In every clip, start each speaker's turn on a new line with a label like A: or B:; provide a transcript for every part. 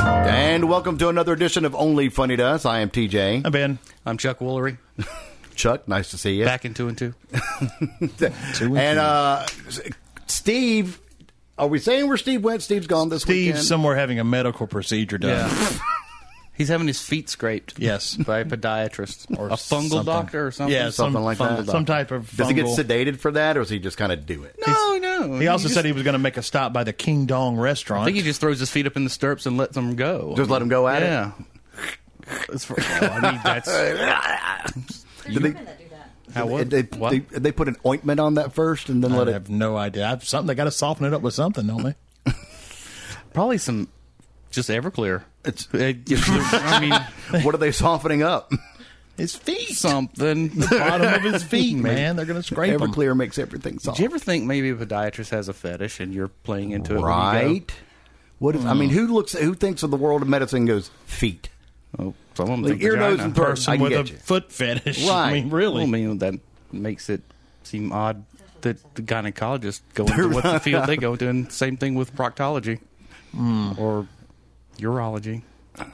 A: and welcome to another edition of Only Funny to Us. I am TJ.
B: Hi, Ben.
C: I'm Chuck Woolery.
A: Chuck, nice to see you.
C: Back in two and two.
A: And uh, Steve, are we saying where Steve went? Steve's gone this
B: Steve's
A: weekend.
B: somewhere having a medical procedure done.
C: Yeah. Uh, He's having his feet scraped.
B: Yes.
C: By a podiatrist or a fungal
B: something.
C: doctor or something.
B: Yeah,
A: Something
B: some,
A: like
B: fungal
A: that.
B: Some type of.
A: Does he get
B: fungal- Oh,
A: sedated for that, or does he just kind of do it?
C: No, Oh, no.
B: He also
C: just-
B: said he was going to make a stop by the King Dong restaurant.
C: I think he just throws his feet up in the stirrups and lets them go.
A: Just let him go at it?
C: yeah. It's for, oh, I mean, that's
D: There's
A: they-
D: women that do that.
C: how what?
A: They,
C: What?
A: they, they put an ointment on that first, and then
B: I
A: let it.
B: have no idea. I've something they got to soften it up with something, don't they?
C: Probably some just Everclear. Uh,
A: It's-
C: It gives you- I mean,
A: What are they softening up?
B: His feet,
C: something.
B: bottom of his feet, man. They're going to scrape him.
A: Everclear makes everything soft.
C: Did you ever think maybe a podiatrist has a fetish and you're playing into it? Hmm. when you go?
A: right? What is? I mean, who looks? Who thinks of the world of medicine? and Goes feet.
C: Oh, some of them
A: Like
C: think
A: ear, nose,
C: vagina.
A: and throat. I
B: Person
A: can
B: with a
A: get you.
B: foot fetish. I
A: Right.
B: mean,
C: I
B: really.
C: mean, that makes it seem odd that the gynecologists go into what the field they go to, and same thing with proctology or urology.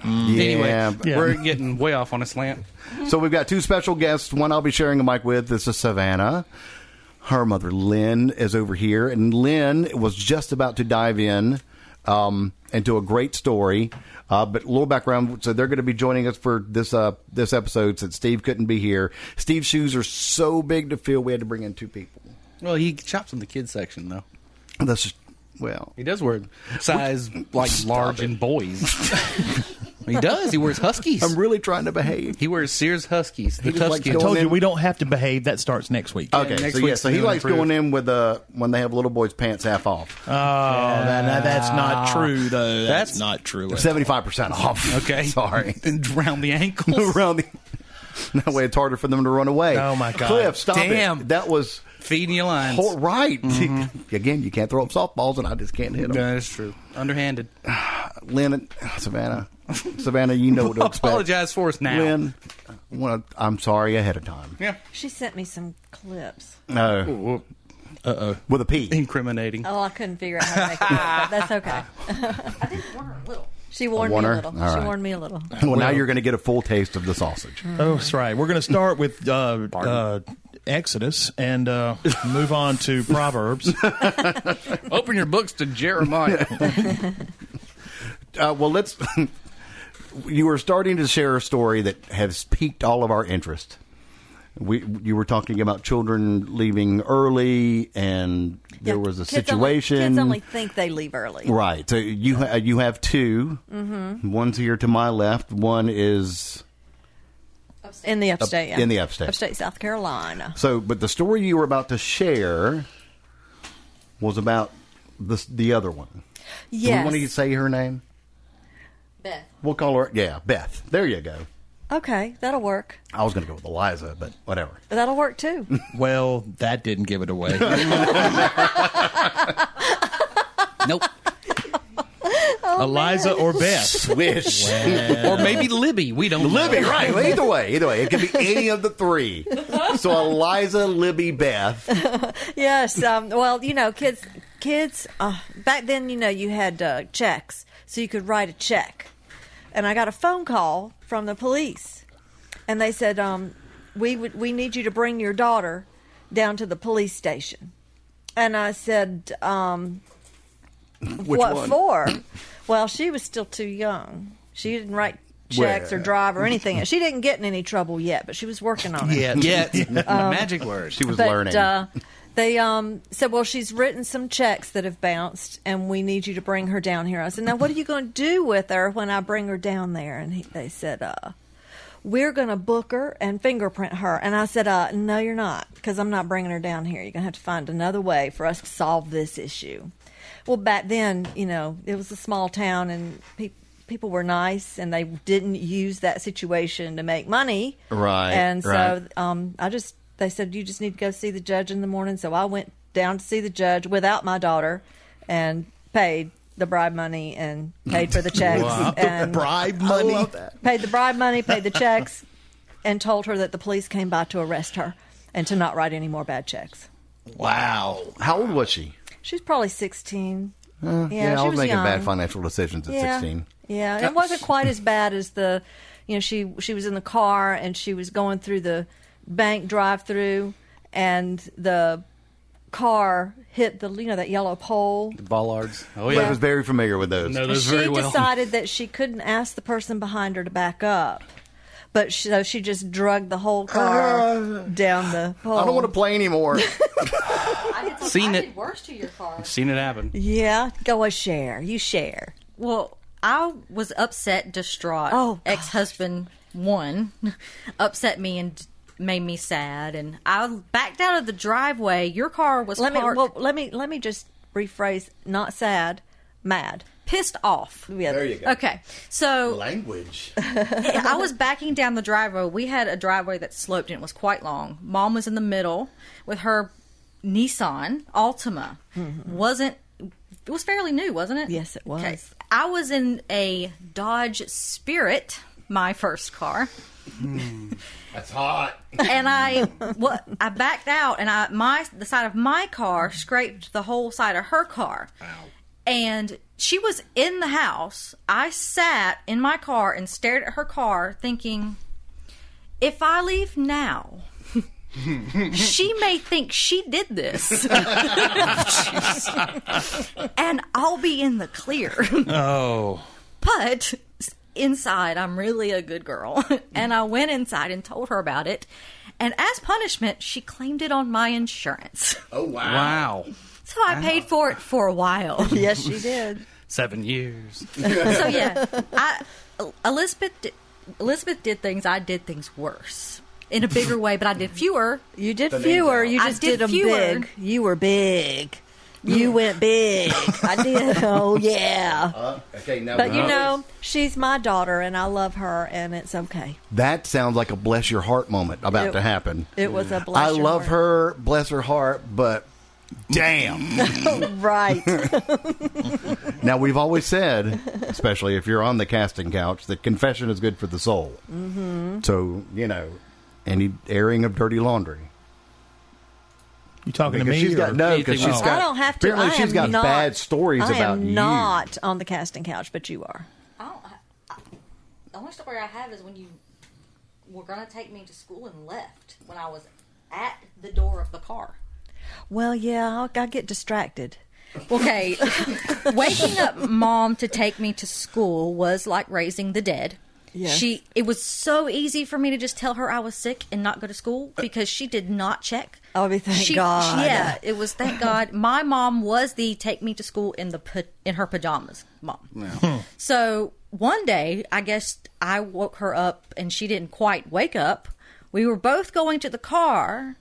A: Yeah,
C: Anyway,
A: but-
C: we're getting way off on a slant.
A: So we've got two special guests. One I'll be sharing a mic with. This is Savannah. Her mother, Lynn, is over here. And Lynn was just about to dive in um, into a great story. Uh, but a little background. So they're going to be joining us for this uh, this episode since Steve couldn't be here. Steve's shoes are so big to fill, we had to bring in two people.
C: Well, he chops in the kids section though.
A: That's just, well.
C: He does wear size like large in boys. he does. He wears huskies.
A: I'm really trying to behave.
C: he wears Sears huskies. The
A: just likes
C: Tuskins.
A: going
B: Told
A: Well,
B: you
A: then-
B: we don't have to behave. That starts next week.
A: Okay,
C: next
A: so yeah,
C: week's
A: so he
C: new and
A: likes
C: improved.
A: going in with uh, when they have little boys' pants half off,
C: Uh,
B: Oh, that- that- that's not true, though. That's,
C: That's-
B: not true.
A: seventy five percent off.
C: Okay,
A: sorry.
C: And drown the ankles.
A: around the. That way, it's harder for them to run away.
B: Oh, my God.
A: Cliff, stop
C: Damn. Mm-hmm.
A: it! That was
C: Feeding your lines.
A: ho- right. Again, you can't throw up softballs, and I just can't hit them.
C: That is true. Underhanded.
A: Lynn and Savannah, Savannah, you know what to expect.
C: Apologize for us now.
A: Lynn. I wanna- I'm sorry ahead of time.
C: Yeah.
D: She sent me some clips.
A: No,
B: Uh oh.
A: with a P.
C: Incriminating.
D: Oh, I couldn't figure out how to make it, work, but that's okay.
E: I think one a little.
D: She warned me
A: warner?
D: a little.
A: All
D: She
A: right.
D: warned me a little.
A: Well, now you're going to get a full taste of the sausage.
B: Oh, that's right. We're going to start with uh, uh, Exodus and uh, move on to Proverbs.
C: Open your books to Jeremiah.
A: Uh, well, let's. you were starting to share a story that has piqued all of our interest. We you were talking about children leaving early, and there
D: Yeah,
A: was a
D: kids only-
A: situation.
D: kids only think they leave early.
A: right. So you ha- you have 2 Mm-hmm. One's here to my left. One is
D: In the upstate.
A: Up-
D: yeah.
A: in the upstate.
D: Upstate South Carolina.
A: so. But the story you were about to share was about this the other one. Do we
D: Yes.
A: want to say her name?
E: Beth.
A: We'll call her. Yeah, Beth. There you go.
D: okay, that'll work.
A: I was going to go with Eliza, but whatever.
D: That'll work too.
B: well, that didn't give it away.
C: nope.
B: Eliza or Beth. Uh,
A: Wish.
C: Or maybe Libby. We don't
A: Libby,
C: know.
A: right. Well, either way, either way. It could be any of the three. So Eliza, Libby, Beth.
D: yes. Um, well, you know, kids. Kids. Uh, back then, you know, you had uh, checks, so you could write a check. And I got a phone call from the police, and they said, um, "We would, we need you to bring your daughter down to the police station." And I said, um, "What
A: one?
D: for?" well, she was still too young. She didn't write checks or
A: Well.
D: drive or anything. She didn't get in any trouble yet, but she was working on it.
C: Yeah. Yet. Magic word.
A: She was
D: But,
A: learning.
D: Uh, they um, said, "Well, she's written some checks that have bounced, and we need you to bring her down here." I said, "Now, what are you going to do with her when I bring her down there?" And he, they said, uh, "We're going to book her and fingerprint her." And I said, uh, "No, you're not, because I'm not bringing her down here. You're going to have to find another way for us to solve this issue." Well, back then, you know, it was a small town, and pe- people were nice, and they didn't use that situation to make money.
A: Right,
D: And so
A: right.
D: um, I just they said you just need to go see the judge in the morning. So I went down to see the judge without my daughter, and paid the bribe money and paid for the checks and
B: Bribe money.
D: paid the bribe money, paid the checks, and told her that the police came by to arrest her and to not write any more bad checks.
B: Wow.
A: How old was she?
D: She's probably sixteen. yeah,
A: I
D: she
A: was, making
D: young.
A: bad financial decisions at
D: Yeah.
A: 16.
D: Yeah, it wasn't quite as bad as the, you know, she she was in the car and she was going through the bank drive-through, and the car hit the you know that yellow pole.
C: Bollards. Oh
A: But I
C: yeah.
A: was very familiar with those.
C: No, those
D: she
C: very well.
D: decided that she couldn't ask the person behind her to back up, but she, so she just drugged the whole car down the pole.
A: I don't want to play anymore.
E: I did,
C: Seen
E: Seen I
C: it.
E: did worse to your car.
C: Seen it happen.
D: Yeah, go a share. You share.
F: Well, I was upset, distraught.
D: Oh, gosh.
F: ex husband one upset me and made me sad, and I backed out of the driveway. Your car was
D: Let me
F: parked,
D: well, let me let me just rephrase. Not sad, mad.
F: pissed off.
D: Yeah, there you
F: Okay, so
A: Language.
F: I was backing down the driveway. We had a driveway that sloped and it was quite long. Mom was in the middle with her Nissan Altima. Wasn't it was fairly new, wasn't it?
D: Yes, it was.
F: I was in a Dodge Spirit, my first car
A: That's hot.
F: and I what I backed out and I my the side of my car scraped the whole side of her car. And she was in the house. I sat in my car and stared at her car thinking if I leave now she may think she did this. and I'll be in the clear.
B: Oh,
F: But inside, I'm really a good girl. and I went inside and told her about it. And as punishment, she claimed it on my insurance.
A: Oh wow.
C: Wow.
F: So I paid for it for a while.
D: Yes, she did.
C: Seven years.
F: so yeah, I, Elizabeth di- Elizabeth did things. I did things worse in a bigger way, but I did fewer.
D: You did fewer. You
F: I
D: just
F: did
D: did, them
F: fewer.
D: big. You were big. You went big. I did. Oh yeah.
A: okay, now
D: but you know, she's my daughter, and I love her, and it's okay.
A: that sounds like a bless your heart moment about
D: It-
A: to happen.
D: It was a blessing.
A: I love her, bless her heart, but damn.
D: Right.
A: now we've always said, especially if you're on the casting couch, that confession is good for the soul. Mm-hmm. So you know, any airing of dirty laundry.
B: you talking
A: Because
B: to me?
A: she's got
B: or-
A: no.
C: anything
A: Because she's
C: wrong.
A: got.
D: I don't have to.
A: Apparently,
D: I
A: she's
D: am
A: got
D: not,
A: bad stories
D: I
A: about
D: am
A: you.
D: not on the casting couch, but you are.
E: I don't, I, I, the only story I have is when you were going to take me to school and left when I was at the door of the car.
D: Well, yeah, I, I get distracted.
F: Okay, waking up mom to take me to school was like raising the dead.
D: Yes.
F: She it was so easy for me to just tell her I was sick and not go to school because she did not check.
D: Oh, be thank
F: she,
D: God.
F: she- yeah, it was thank God. My mom was the take me to school in the pa- in her pajamas mom.
D: Hmm.
F: So one day, I guess I woke her up and she didn't quite wake up. We were both going to the car.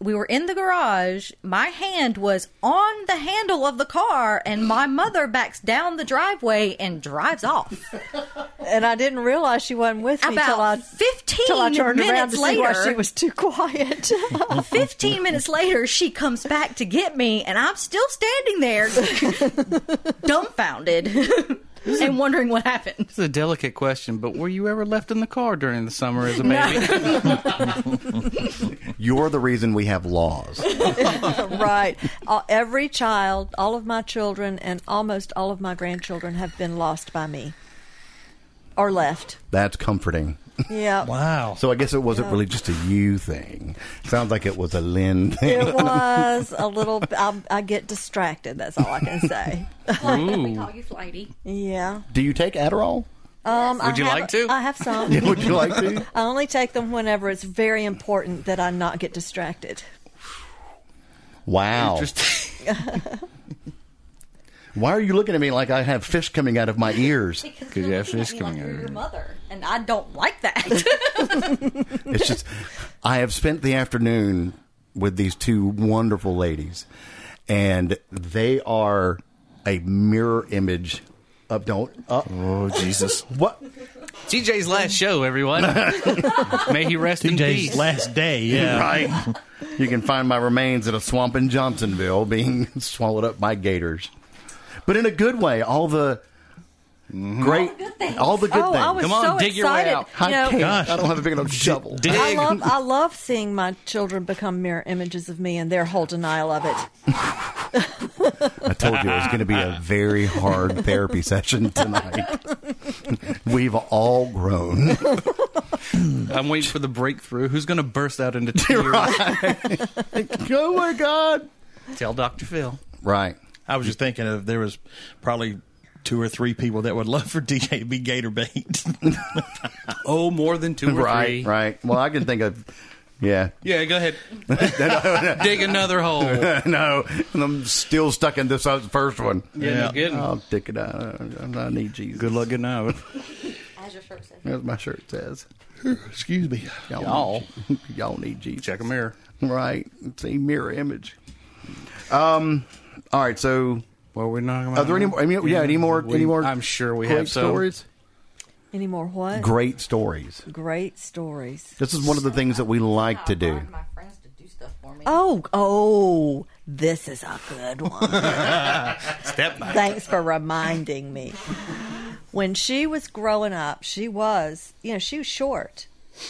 F: We were in the garage. My hand was on the handle of the car, and my mother backs down the driveway and drives off.
D: And I didn't realize she wasn't with me till I
F: About 15
D: till I turned around
F: minutes
D: to see
F: later,
D: why she was too quiet.
F: 15 minutes later, she comes back to get me, and I'm still standing there, dumbfounded, and wondering what happened.
C: It's a delicate question, but were you ever left in the car during the summer as a baby?
A: You're the reason we have laws.
D: right. Uh, every child, all of my children, and almost all of my grandchildren have been lost by me or left.
A: That's comforting.
D: Yeah.
B: Wow.
A: So I guess it wasn't really just a you thing. Sounds like it was a Lynn thing.
D: It was a little. I, I get distracted. That's all I can say.
F: We call you flighty.
D: Yeah.
A: Do you take Adderall?
D: Um,
C: Would
D: I
C: you
D: have-
C: like to?
D: I have some.
A: Would you like to?
D: I only take them whenever it's very important that I not get distracted.
A: Wow.
C: Interesting.
A: Why are you looking at me like I have fish coming out of my ears?
C: Because you have fish
F: Like
C: coming out
F: you're
C: of
F: your
C: your
F: mother, and I don't like that.
A: It's just, I have spent the afternoon with these two wonderful ladies, and they are a mirror image of don't. Uh, oh, Jesus. What?
C: TJ's last show, everyone. May he rest in
B: TJ's
C: peace.
B: last day. Yeah.
A: Right. you can find my remains at a swamp in Johnsonville being swallowed up by gators. But in a good way, all the Great.
E: All the good things.
A: All the good
D: oh,
A: things.
D: I was
C: Come on,
D: so
C: dig your way
D: excited.
C: out.
A: I
D: You know,
A: can't.
B: Gosh.
A: I don't have a big enough shovel.
D: I
C: Dig.
D: love I love seeing my children become mirror images of me and their whole denial of it.
A: I told you it was going to be a very hard therapy session tonight. We've all grown.
C: I'm waiting for the breakthrough. Who's going to burst out into tears?
A: oh my god!
C: Tell Dr. Phil.
A: Right.
B: I was just thinking of there was probably two or three people that would love for DK to be gator bait.
C: Oh, more than two or three.
A: Right. Right. Well, I can think of. Yeah.
C: Yeah, go ahead. Dig another hole. Yeah,
A: no, and I'm still stuck in this other- first one.
C: no kidding.
A: I'll take it out. I need Jesus.
C: Uh, Good luck, good night.
E: As your shirt says.
A: That's what my shirt says.
B: Excuse me.
A: Y'all,
C: Y'all.
A: Need, y'all need Jesus.
C: Check a mirror.
A: Right. It's a mirror image. Um. All right. So,
C: What are we talking about?
A: are there any more? I mean, yeah. Any more?
C: We-
A: any more?
C: I'm sure we
A: great
C: have so.
A: stories.
D: Any more what?
A: Great stories.
D: Great stories.
A: This is one of the things that we like to
E: I
A: do.
E: find my friends to do stuff for me.
D: Oh, oh, this is a good one.
C: Step back.
D: Thanks for reminding me. When she was growing up, she was, you know, she was short.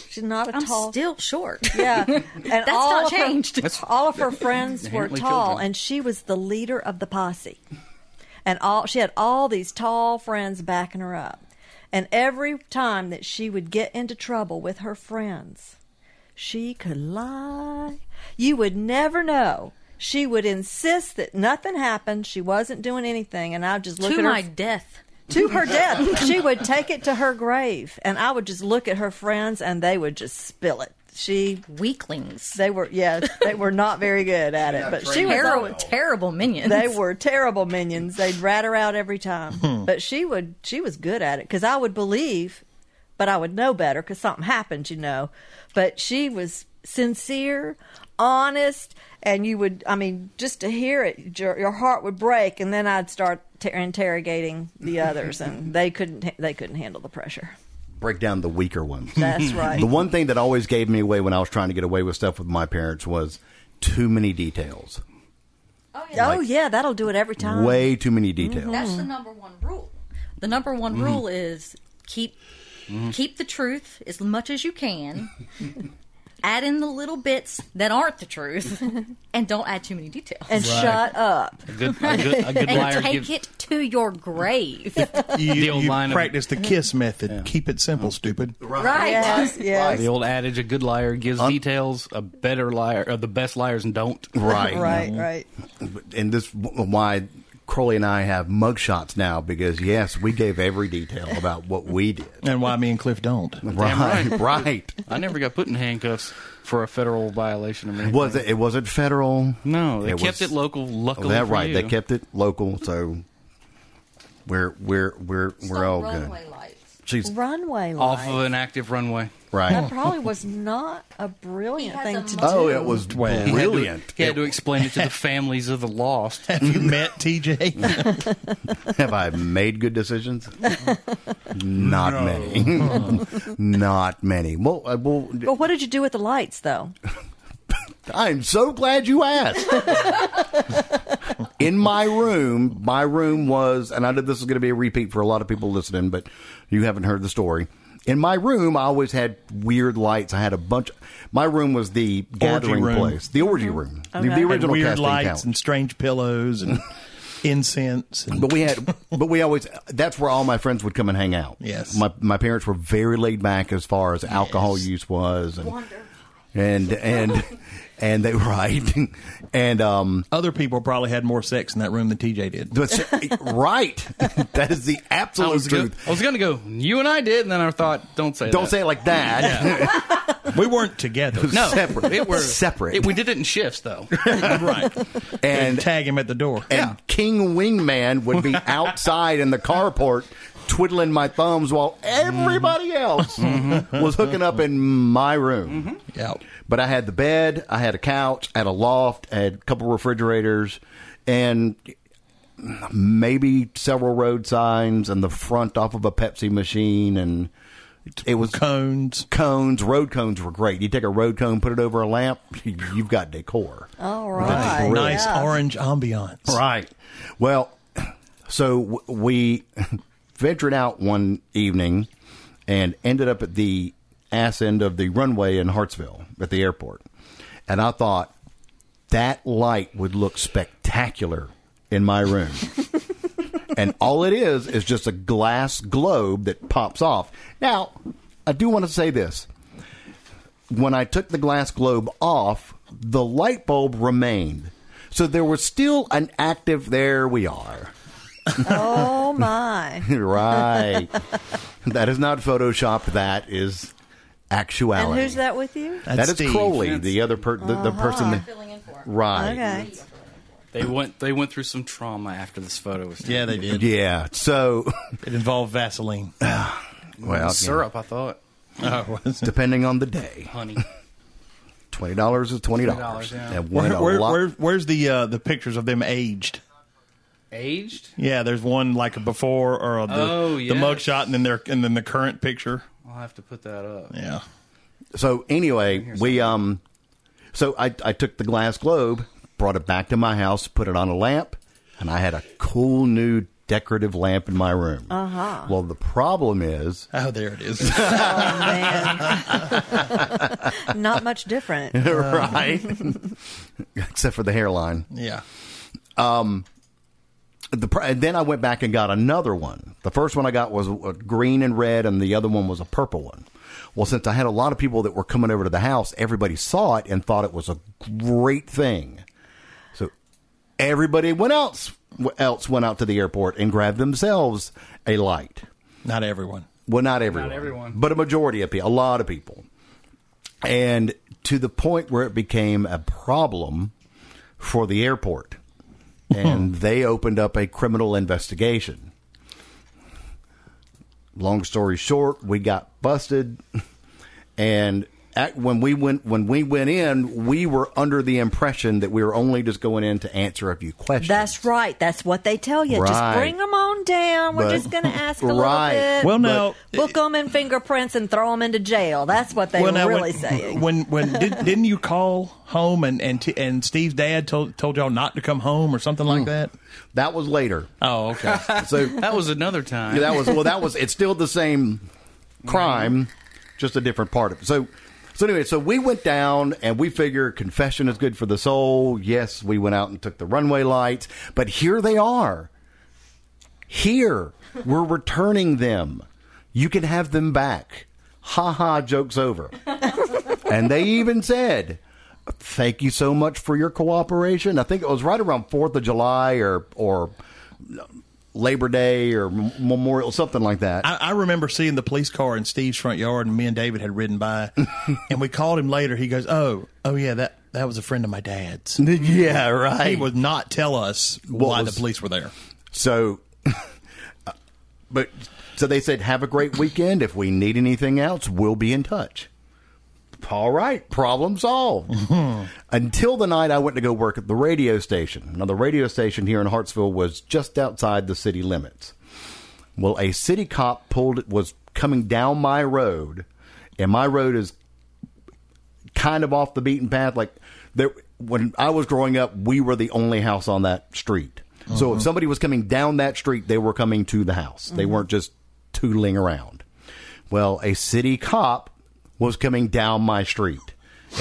D: She's not a
F: I'm
D: tall.
F: still short.
D: yeah, and That's
F: not
D: of her-
F: changed. That's-
D: all of her friends were
C: Apparently
D: tall,
C: children.
D: and she was the leader of the posse. And all she had all these tall friends backing her up. And every time that she would get into trouble with her friends, she could lie. You would never know. She would insist that nothing happened. She wasn't doing anything, and I'd just look
F: to
D: at her
F: my death.
D: to her death. She would take it to her grave, and I would just look at her friends, and they would just spill it. She,
F: Weaklings.
D: they were, yeah, they were not very good at it, but she was.
F: Terrible,
D: always-
F: terrible minions.
D: they were terrible minions. They'd rat her out every
A: Hmm.
D: time, but she would. She was good at it because I would believe, but I would know better because something happened, you know. But she was sincere, honest, and you would. I mean, just to hear it, your, your heart would break, and then I'd start ter- interrogating the others, and they couldn't. They couldn't handle the pressure.
A: Break down the weaker ones.
D: That's right.
A: The one thing that always gave me away when I was trying to get away with stuff with my parents was too many details.
E: Oh, yeah.
D: oh yeah, that'll do it every time.
A: Way too many details.
E: That's the number one rule.
F: Hmm. the number one
A: Mm.
F: rule is keep
A: Mm-hmm.
F: keep the truth as much as you can. add in the little bits that aren't the truth, and don't add too many details.
D: and shut up.
C: A good, a good, a good liar
F: And take
C: gives-
F: it to your grave.
B: You,
C: The old
B: you
C: line of-
B: practice the kiss method. Keep it simple, stupid.
F: right.
D: Yes, yes.
C: The old adage, a good liar gives details. A better liar, or the best liars don't.
A: Right.
D: Right, right.
A: And this w- why Crowley and I have mugshots now because yes, we gave every detail about what we did.
B: And why me and Cliff don't.
A: Right, right.
C: I never got put in handcuffs for a federal violation. Or anything.
A: Was it? It wasn't federal.
C: No, they kept
A: was-
C: it local. Luckily,
A: that
C: for
A: right.
C: you.
A: They kept it local. So we're we're we're we're
E: Stop
A: all
E: runway
A: good.
E: lights.
A: She's
D: Runway
C: off
D: life.
C: of an active runway.
D: That
A: right.
D: probably was not a
E: He
D: brilliant
E: has
D: thing
E: a
D: to do.
E: mother.
A: Oh, it was
B: Well, he had to-
A: brilliant.
C: He had to explain it to the families of the lost.
B: Have you met TJ?
A: Have I made good decisions? Not many. Not many. Well, I, well,
D: But what did you do with the lights, though?
A: I'm so glad you asked. In my room, my room was, and I know this is going to be a repeat for a lot of people listening, but you haven't heard the story. In my room, I always had weird lights. I had a bunch. my room was the gathering
B: room.
A: place, the orgy room, the- the,
D: Okay.
B: And
A: original
B: weird
A: casting
B: lights
A: couch.
B: and strange pillows and incense. And
A: But we had, but we always. That's where all my friends would come and hang out.
B: Yes.
A: my my parents were very laid back as far as alcohol use was, and
E: Wonder.
A: and and and they right, and um,
B: other people probably had more sex in that room than TJ did.
A: that's- right. That is the
C: I
A: absolute
C: was, go-
A: truth.
C: I was gonna go. You and I did, and then I thought, don't say.
A: Don't
C: that.
A: say it like that.
B: We weren't together.
C: no.
A: separate.
C: It were
A: Separate.
C: It, we did it in shifts, though.
B: right. And
A: and
B: tag him at the door.
A: and King Wingman would be outside in the carport twiddling my thumbs while everybody else
C: Mm-hmm.
A: was hooking up in my room.
B: Yeah.
A: But I had the bed, I had a couch, I had a loft, I had a couple refrigerators, and maybe several road signs and the front off of a Pepsi machine and it was
B: Cones.
A: cones. Road cones were great. You take a road cone, put it over a lamp, you've got decor.
D: All right.
B: Nice
D: yeah.
B: orange ambiance.
A: Right. Well, so w- we ventured out one evening and ended up at the ass end of the runway in Hartsville at the airport. And I thought that light would look spectacular in my room. and all it is is just a glass globe that pops off. Now, I do want to say this. When I took the glass globe off, the light bulb remained. So there was still an active there we are.
D: Oh my!
A: right. that is not photoshopped. That is
D: and
A: actuality.
D: who's that with you?
A: That
B: That's
A: is
B: Steve.
A: Crowley, the other per- the,
D: Uh-huh.
A: the person that
E: filling in for.
A: right.
D: Okay.
C: They went. They went through some trauma after this photo was taken.
B: Yeah, they did.
A: Yeah. So,
B: It involved Vaseline.
A: well, you
C: syrup. I thought
B: Oh, was
A: know,
B: it?
A: depending on the day,
C: honey.
A: twenty dollars is twenty dollars.
C: $20, yeah.
A: where,
B: Where, where, where- where's the uh, the pictures of them aged?
C: Aged.
B: Yeah, there's one like a before or a, the,
C: Oh,
B: the
C: yes.
B: mugshot, and then their and then the current picture.
C: I'll have to put that up.
B: Yeah,
A: so anyway, we um, so I I took the glass globe, brought it back to my house, put it on a lamp, and I had a cool new decorative lamp in my room. Uh huh. Well, the problem is
B: oh, there it is.
D: Oh man, not much different.
A: right? Except for the hairline.
B: yeah,
A: The pr- and then I went back and got another one. The first one I got was a green and red, and the other one was a purple one. Well, since I had a lot of people that were coming over to the house, everybody saw it and thought it was a great thing. So everybody went else else went out to the airport and grabbed themselves a light.
B: not everyone.
A: Well, not everyone.
C: everyone.
A: But a majority of people, a lot of people. And to the point where it became a problem for the airport.
D: Hmm.
A: And they opened up a criminal investigation. Long story short, we got busted. And at, when we went when we went in, we were under the impression that we were only just going in to answer a few questions.
D: That's right. That's what they tell you.
A: Right.
D: Just bring them on down. We're
A: But-
D: just going to ask a
A: Right.
D: little bit.
B: Well, now,
D: book them in fingerprints and throw them into jail. That's what they were
B: when,
D: really saying.
B: When when did, didn't you call home and and t- and Steve's dad told told y'all not to come home or something like that?
A: that was later.
B: Hmm. Oh, okay.
A: So
C: That was another time.
A: Yeah, that was well. That was it's still the same crime, just a different part of it. So, so anyway, so we went down and we figure confession is good for the soul. Yes, we went out and took the runway lights, but here they are. Here we're returning them. You can have them back. Ha ha! Jokes over. and they even said. Thank you so much for your cooperation. I think it was right around Fourth of July or or Labor Day or M- Memorial, something like that.
B: I, I remember seeing the police car in Steve's front yard, and me and David had ridden by, and we called him later. He goes, "Oh, oh yeah, that that was a friend of my dad's."
A: yeah,
B: He would not tell us why
A: was-
B: the police were there.
A: So, but so they said, "Have a great weekend. If we need anything else, we'll be in touch." All right, problem solved. Until the night I went to go work at the radio station. Now, the radio station here in Hartsville was just outside the city limits. Well, a city cop pulled was coming down my road, and my road is kind of off the beaten path. Like there, when I was growing up, we were the only house on that street. So if somebody was coming down that street, they were coming to the house. They weren't just tootling around. Well, a city cop was coming down my street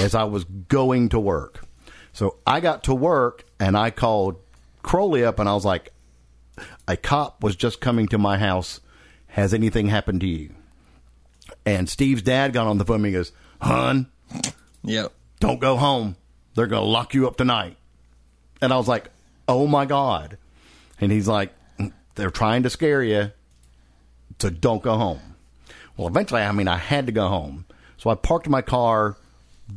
A: as I was going to work. So I got to work and I called Crowley up and I was like, a cop was just coming to my house. Has anything happened to you? And Steve's dad got on the phone and he goes, Hun,
B: Yeah.
A: don't go home. They're going to lock you up tonight. And I was like, oh my God. And he's like, they're trying to scare you. So don't go home. Well, eventually, I mean, I had to go home. So I parked my car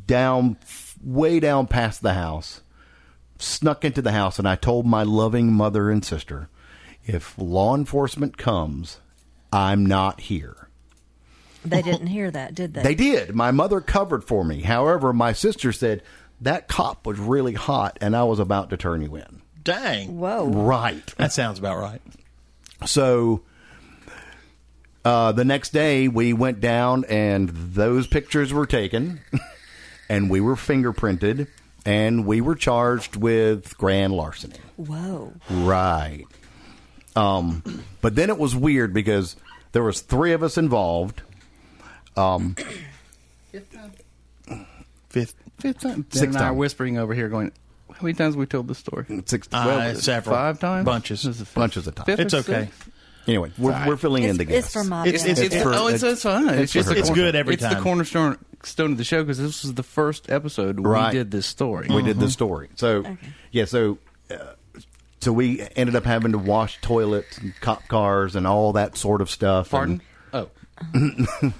A: down, way down past the house, snuck into the house, and I told my loving mother and sister if law enforcement comes, I'm not here.
D: they didn't hear that, did they?
A: They did. My mother covered for me. However, my sister said that cop was really hot and I was about to turn you in.
B: Dang.
D: Whoa.
A: Right.
B: That sounds about right.
A: So uh, the next day we went down and those pictures were taken and we were fingerprinted and we were charged with grand larceny.
D: Whoa.
A: Right. Um, but then it was weird because there was three of us involved.
B: Fifth,
C: Fifth time.
A: Sixth
C: Dan and I are
A: time.
C: whispering over here going, how many times we told this story?
A: Mm, Six,
B: Uh,
A: well,
B: it's- Several.
C: Five times?
B: Bunches.
C: This is the fifth.
A: bunches of time.
C: Fifth or
B: It's okay.
C: sixth?
A: Anyway, we're, we're filling in
D: It's,
A: the
D: it's
A: gaps.
D: for my
B: It's-
D: bad.
B: it's-
C: It's,
A: for-
C: oh, it's,
A: it's-
C: it's fun. It's,
A: for
C: just
A: her.
C: a
A: It's
C: corner-
B: good every
C: it's
B: time.
C: the cornerstone stone of the show because this was the first episode
A: Right.
C: we did this story.
A: we did
D: Mm-hmm.
A: this story. So yeah, so uh, so we ended up having to wash toilets, and cop cars, and all that sort of stuff.
C: Pardon?
A: Mm.
C: Oh,
A: And,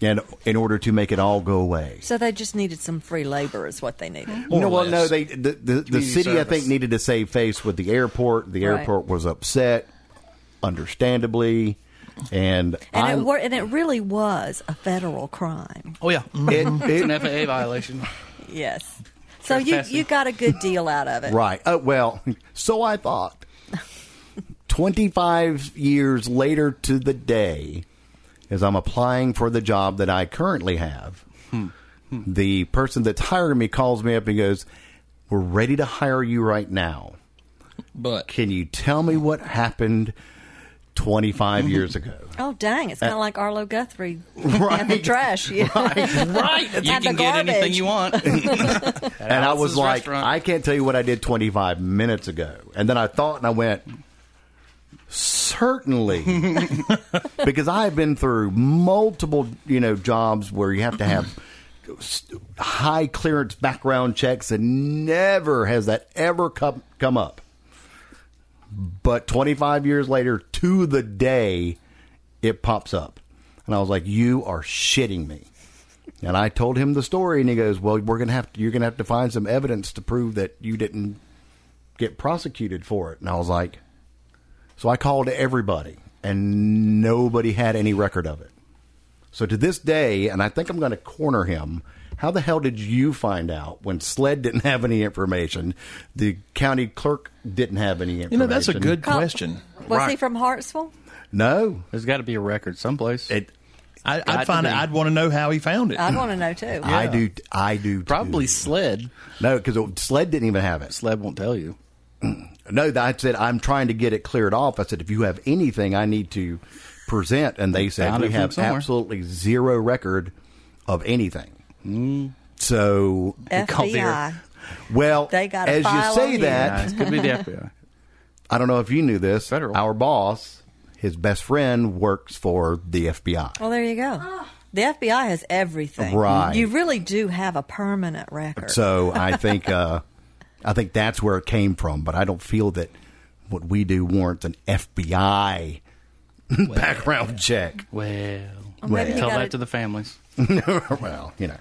A: and in order to make it all go away.
D: So they just needed some free labor, is what they needed.
B: More
A: no,
B: or
A: well, no.
B: less.
A: They the the, the
C: Community
A: city I think
C: service.
A: needed to save face with the airport. The
D: Right.
A: airport was upset, understandably, and
D: And
A: I,
D: it were, and it really was a federal crime.
C: oh yeah.
A: it-
C: it's
A: it-
C: an FAA violation.
D: Yes. So you
C: Trespassing.
D: you got a good deal out of it.
A: Right. Uh, well, so I thought. 25 years later to the day, as I'm applying for the job that I currently have, the person that's hiring me calls me up and goes, We're ready to hire you right now.
B: but
A: Can you tell me what happened 25 years ago?
D: Oh dang! It's kind
A: Uh,
D: of like Arlo Guthrie and the trash. Yeah.
C: right. You
D: And
C: can
D: the
C: get anything
D: garbage.
C: you want.
A: and I was like,
C: restaurant.
A: I can't tell you what I did 25 minutes ago. And then I thought and I went, certainly. because I have been through multiple, you know, jobs where you have to have st- high clearance background checks and never has that ever come, come up. But 25 years later to the day it pops up. And I was like, you are shitting me. And I told him the story, and he goes, "Well, we're gonna have to, you're gonna have to find some evidence to prove that you didn't get prosecuted for it." And I was like, "So I called everybody, and nobody had any record of it." So to this day, and I think I'm going to corner him. How the hell did you find out when Sled didn't have any information? The county clerk didn't have any information.
B: you know that's a good question.
D: Was he from Hartsville?
A: no.
C: There's got to be a record someplace.
A: It,
B: I,
C: Got
B: I'd find
C: to
B: it.
C: be.
B: I'd want to know how he found it.
D: I want to know too.
A: I do. I do. too.
C: Probably sled.
A: no, because Sled didn't even have it.
C: Sled won't tell you.
A: No, I said I'm trying to get it cleared off. I said if you have anything I need to present, and they said
C: Found it
A: we
C: from
A: have
C: somewhere."
A: absolutely zero record of anything.
C: Mm.
A: So,
D: FBI.
A: well,
D: They got a
A: as you
D: file
A: say
D: on
A: that,
C: Nice. Could be the FBI.
A: I don't know if you knew this.
C: Federal.
A: Our boss, his best friend, works for the FBI.
D: Well, there you go. The FBI has everything.
A: Right.
D: You really do have a permanent record.
A: So I think uh, I think that's where it came from. But I don't feel that what we do warrants an FBI background check.
C: Well,
D: maybe he
C: tell
D: got
C: that
D: it-
C: to the families.
A: well, you know.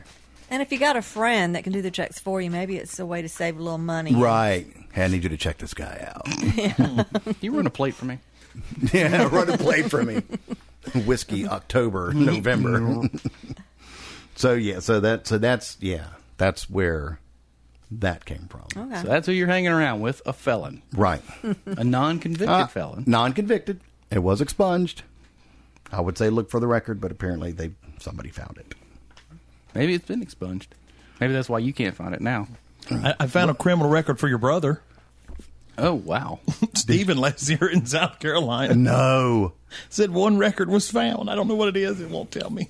D: and if you got a friend that can do the checks for you, maybe it's a way to save a little money.
A: Right. Hey, I need you to check this guy out.
C: You run a plate for me.
A: yeah, run a play for me. Whiskey October, November. so yeah, so that so that's yeah, that's where that came from.
D: Okay.
C: So that's who you're hanging around with, a felon.
A: Right.
C: A non-convicted
A: Uh,
C: felon.
A: Non convicted. It was expunged. I would say look for the record, but apparently they somebody found it.
C: Maybe it's been expunged. Maybe that's why you can't find it now.
B: I, I found a criminal record for your brother,
C: Oh wow!
B: Stephen, last year in South Carolina.
A: No.
B: Said one record was found. I don't know what it is. It won't tell me.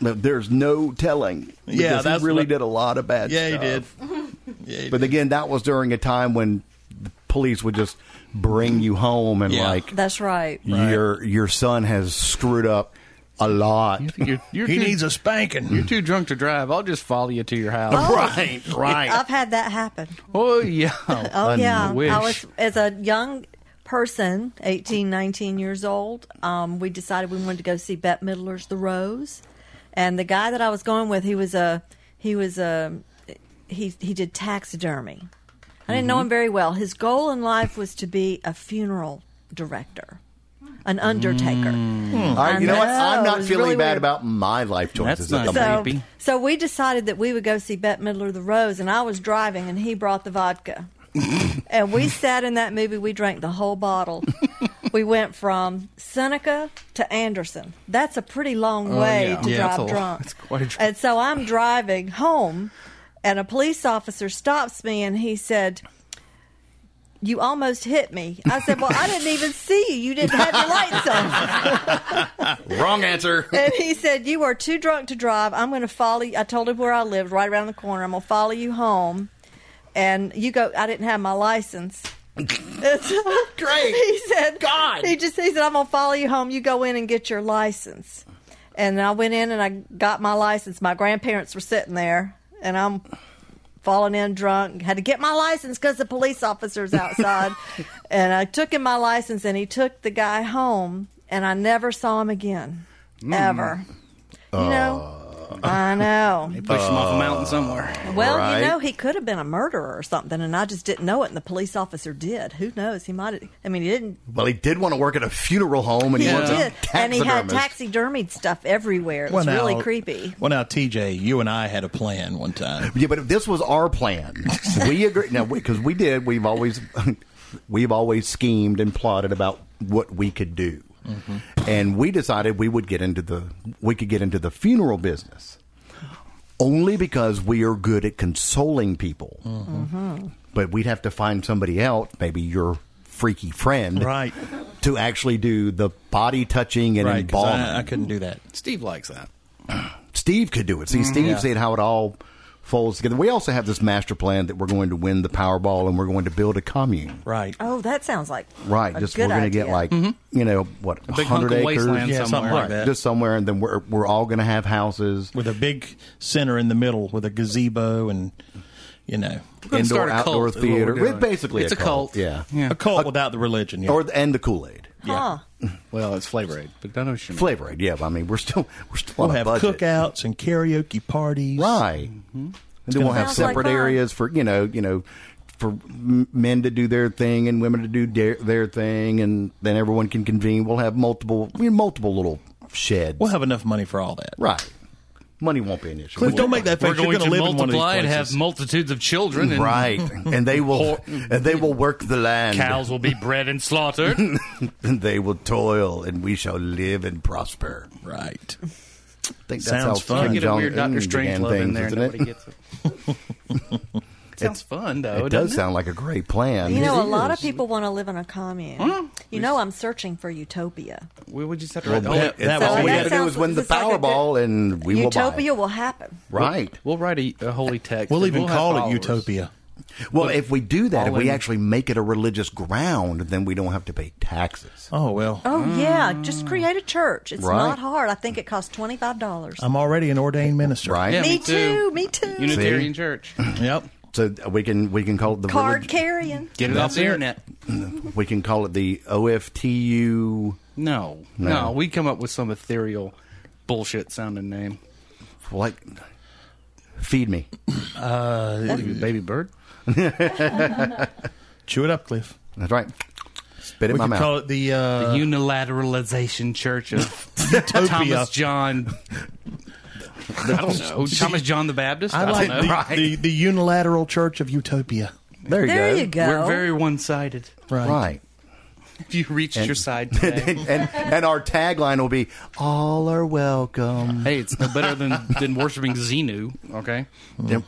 A: No, there's no telling. because
B: Yeah,
A: he
B: that's
A: really
B: what I-
A: did a lot of bad
B: Yeah,
A: stuff.
B: he did. Yeah, he
A: But
B: did.
A: again, that was during a time when the police would just bring you home and
B: Yeah.
A: like
D: That's right.
A: your your son has screwed up a lot.
C: You're, you're
B: he
C: too,
B: needs a spanking.
C: You're too drunk to drive. I'll just follow you to your house.
D: Oh.
A: Right, right.
D: I've had that happen.
C: Oh yeah.
D: Oh yeah,
C: wish.
D: I was as a young person, 18, 19 years old. Um, we decided we wanted to go see Bette Midler's The Rose, and the guy that I was going with, he was a he was a he he did taxidermy. I didn't know him very well. His goal in life was to be a funeral director, an undertaker.
A: All right, you know what?
D: I
A: I'm
D: know, it
A: not
D: was
A: feeling
D: really
A: bad
D: weird.
A: about my life choices.
C: That's
A: at the
C: nice.
A: moment.
D: So,
C: Creepy.
D: so we decided that we would go see Bette Midler The Rose, and I was driving, and he brought the vodka. and we sat in that movie, we drank the whole bottle. we went from Seneca to Anderson. That's a pretty long way
C: Oh, yeah.
D: to
C: Yeah, that's a
D: drive
C: lot.
D: drunk.
C: That's quite a drive.
D: And so I'm driving home, and a police officer stops me, and he said, You almost hit me. I said, Well, I didn't even see you. You didn't have your lights on.
A: Wrong answer.
D: And he said, You are too drunk to drive. I'm going to follow you. I told him where I lived, right around the corner. I'm going to follow you home. And you go, I didn't have my license. Great. He said,
A: God.
D: He just he said, I'm going to follow you home. You go in and get your license. And I went in and I got my license. My grandparents were sitting there, and I'm falling in drunk. Had to get my license because the police officer's outside. and I took him my license, and he took the guy home, and I never saw him again, ever. You know, I know.
C: Push him off a mountain somewhere.
D: Well,
A: Right.
D: you know, he could have been a murderer or something, and I just didn't know it, and the police officer did. Who knows? He might have. I mean, he didn't.
A: Well, he did want to work at a funeral home, and
D: He
A: he was a
D: did. And he had
A: taxidermist.
D: taxidermied stuff everywhere. It was
B: Well,
D: really
B: now-
D: creepy.
B: Well, now, TJ, you and I had a plan one time.
A: Yeah, but this was our plan. we agree now because we did. We've always we've always schemed and plotted about what we could do,
B: Mm-hmm.
A: and we decided we would get into the we could get into the funeral business only because we are good at consoling people.
B: Mm-hmm.
A: But we'd have to find somebody else, maybe your freaky friend,
B: Right.
A: to actually do the body touching and
B: Right. 'cause
A: embalming.
B: I, I couldn't do that.
C: Steve likes that.
A: Steve could do it.
C: Mm-hmm.
A: See, Steve said how it all folds together. We also have this master plan that we're going to win the Powerball and we're going to build a commune.
B: Right.
D: Oh, that sounds like
A: Right,
D: a
A: just
D: good
A: we're going to get
D: idea. Mm-hmm.
A: like you know what
C: Big hunk
A: hundred
C: of
A: acres,
C: wasteland
B: Yeah, something
C: somewhere.
B: like that.
A: just somewhere, and then we're we're all going to have houses.
B: With a big center in the middle with a gazebo and, you know,
C: We're gonna
A: Indoor,
C: start a cult
A: outdoor
C: is what we're
A: theater.
C: doing.
A: It's basically
C: it's
A: a cult, yeah.
B: a cult without the religion. Yeah.
A: Or and the Kool Aid,
D: Huh.
C: Well, it's Flavor Aid, but don't know what you mean.
A: Flavor Aid. Yeah, I mean we're still we're still
B: we'll
A: on a
B: have
A: budget.
B: cookouts and karaoke parties.
A: right?
C: Mm-hmm.
A: And then we'll have
D: Sounds like
A: separate
D: fun.
A: areas for you know you know for m- men to do their thing and women to do their, their thing, and then everyone can convene. We'll have multiple we have multiple little sheds.
B: We'll have enough money for all that.
A: right, money won't be an issue.
B: Cliff, don't make that face.
C: We're
B: You're
C: going to
B: live in one of these
C: multiply and have
B: places.
C: multitudes of children. And
A: right, and they will and they will work the land.
C: Cows will be bred and slaughtered. Oh,
A: and they will toil, and we shall live and prosper.
B: Right.
A: I think that's
B: Sounds
A: how
B: fun.
A: Kim
C: Get a
A: Jong
C: weird
A: Un
C: Doctor
A: began
C: Strange love in
A: things,
C: there.
A: isn't
C: Nobody
A: it?
C: gets it. Sounds fun though.
A: It
C: doesn't
A: does sound like a great plan.
D: You know,
A: It
D: a lot of
A: is.
D: people want to live in a commune. You know, I'm searching for utopia.
C: We would just have to write the
A: Well,
C: whole.
B: that- that was
A: all we
B: that
A: had to do
D: sounds-
A: was win the
D: this is like a good-
A: Powerball, and we will buy. it.
D: utopia will, happen.
A: Right.
C: We'll write a, a holy text.
B: We'll
C: and
B: even
C: we'll have
B: call it
C: followers.
B: Utopia.
A: Well, if we do that, if
C: all
A: we
C: in-
A: actually make it a religious ground, then we don't have to pay taxes.
B: Oh, well.
D: Oh yeah, just create a church. It's
A: Mm. Right.
D: not hard. I think it costs twenty five dollars.
B: I'm already an ordained minister.
A: Right.
C: Yeah,
D: Me
C: me
D: too.
C: too.
D: Me too.
C: Unitarian
A: See?
C: Church.
B: Yep.
A: So we can we can call it the
D: Card
A: relig-
D: carrying.
C: Get it off the internet.
A: we can call it the OFTU.
C: No, no, We come up with some ethereal bullshit sounding name.
A: Like, feed me.
C: Baby bird.
B: Chew it up, Cliff.
A: That's right. Spit in
B: We
A: my
B: could
A: mouth.
B: call it the, uh,
C: Unilateralization Church of
B: Utopia.
C: Thomas John. I don't know. Thomas John the Baptist. I,
B: I
C: don't
B: like the,
C: know.
B: the, the unilateral church of Utopia.
A: there you
D: There you go.
C: We're very one-sided.
B: Right.
A: Right.
C: If you reached your side today.
A: and, and and our tagline will be "All are welcome."
C: Hey, it's no better than, than worshiping Xenu, okay?
B: Mm.
A: Yep.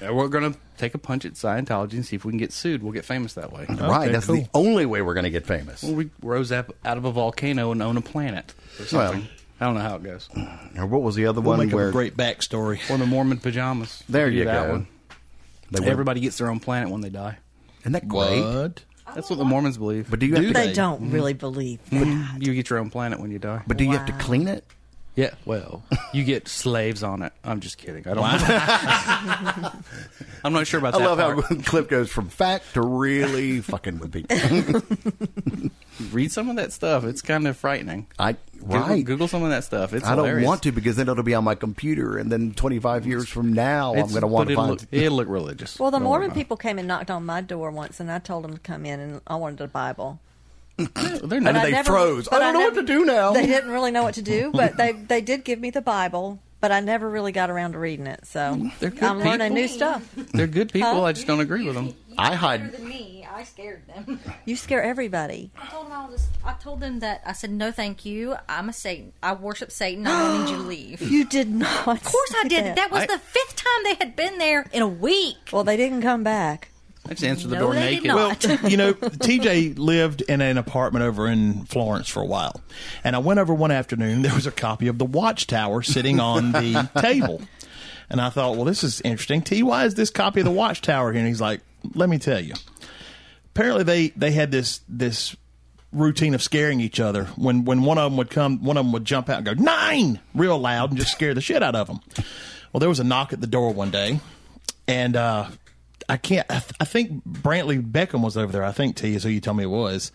C: Yeah, We're going to take a punch at Scientology and see if we can get sued. We'll get famous that way.
A: right. That's the
B: cool.
A: only way we're going to get famous.
C: We rose up out of a volcano and own a planet or something.
A: Well.
C: I don't know how it goes.
A: Or what was the other
B: We'll
A: one
B: make up
A: where
B: a great backstory.
C: Or the Mormon pajamas.
A: There
C: Do
A: you
C: that
A: go.
C: one.
A: they were-
C: Everybody gets their own planet when they die.
A: Isn't that great?
C: That's what the Mormons believe.
A: But do you have to,
D: Oh. They don't really believe.
C: Mm-hmm. You get your own planet when you die.
A: But do you have to clean it?
C: yeah, well, you get slaves on it. I'm just kidding. I don't. I'm not sure about
A: I
C: that.
A: love
C: part.
A: how Cliff goes from fact to really fucking with people.
C: read some of that stuff. It's kind of frightening.
A: I
C: Google,
A: right.
C: Google some of that stuff. It's
A: I don't
C: hilarious.
A: want to because then it'll be on my computer, and then 25 years from now, Oh, I'm
C: It's-
A: going to want
C: but
A: to
C: it'll
A: find.
C: Look, it'll look religious.
D: Well, the
C: Don't worry
D: Mormon
C: about it.
D: people came and knocked on my door once, and I told them to come in, and I wanted a Bible.
C: They're
A: and
C: not.
A: then
D: I
A: they
D: never-
A: froze. I
D: but
A: don't
D: I
A: know what to
D: never-
A: do now.
D: They didn't really know what to do, but they they did give me the Bible, but I never really got around to reading it. So
C: They're good
D: I'm learning
C: people.
D: new stuff.
C: They're good people. I just don't agree with them.
A: I hide-
E: Than me, I scared them.
D: You scare everybody.
E: I told them I was.
F: I told them that I said no, thank you. I'm a Satan. I worship Satan. I don't need you to leave. Of
D: You did not. Of
F: course, I did. That was the fifth time they had been there in a week.
D: Well, they didn't come back.
C: I just answered the
F: No,
C: door
F: they did
C: naked.
F: not.
C: Well,
B: Well, you know, TJ lived in an apartment over in Florence for a while. And I went over one afternoon. There was a copy of The Watchtower sitting on the table. And I thought, well, this is interesting. T, why is this copy of The Watchtower here? And he's like, let me tell you. Apparently, they, they had this this routine of scaring each other. When when one of them would come, one of them would jump out and go nine real loud and just scare the shit out of them. Well, there was a knock at the door one day, and uh, I can't. I, th- I think Brantley Beckham was over there. I think T is who you told me it was,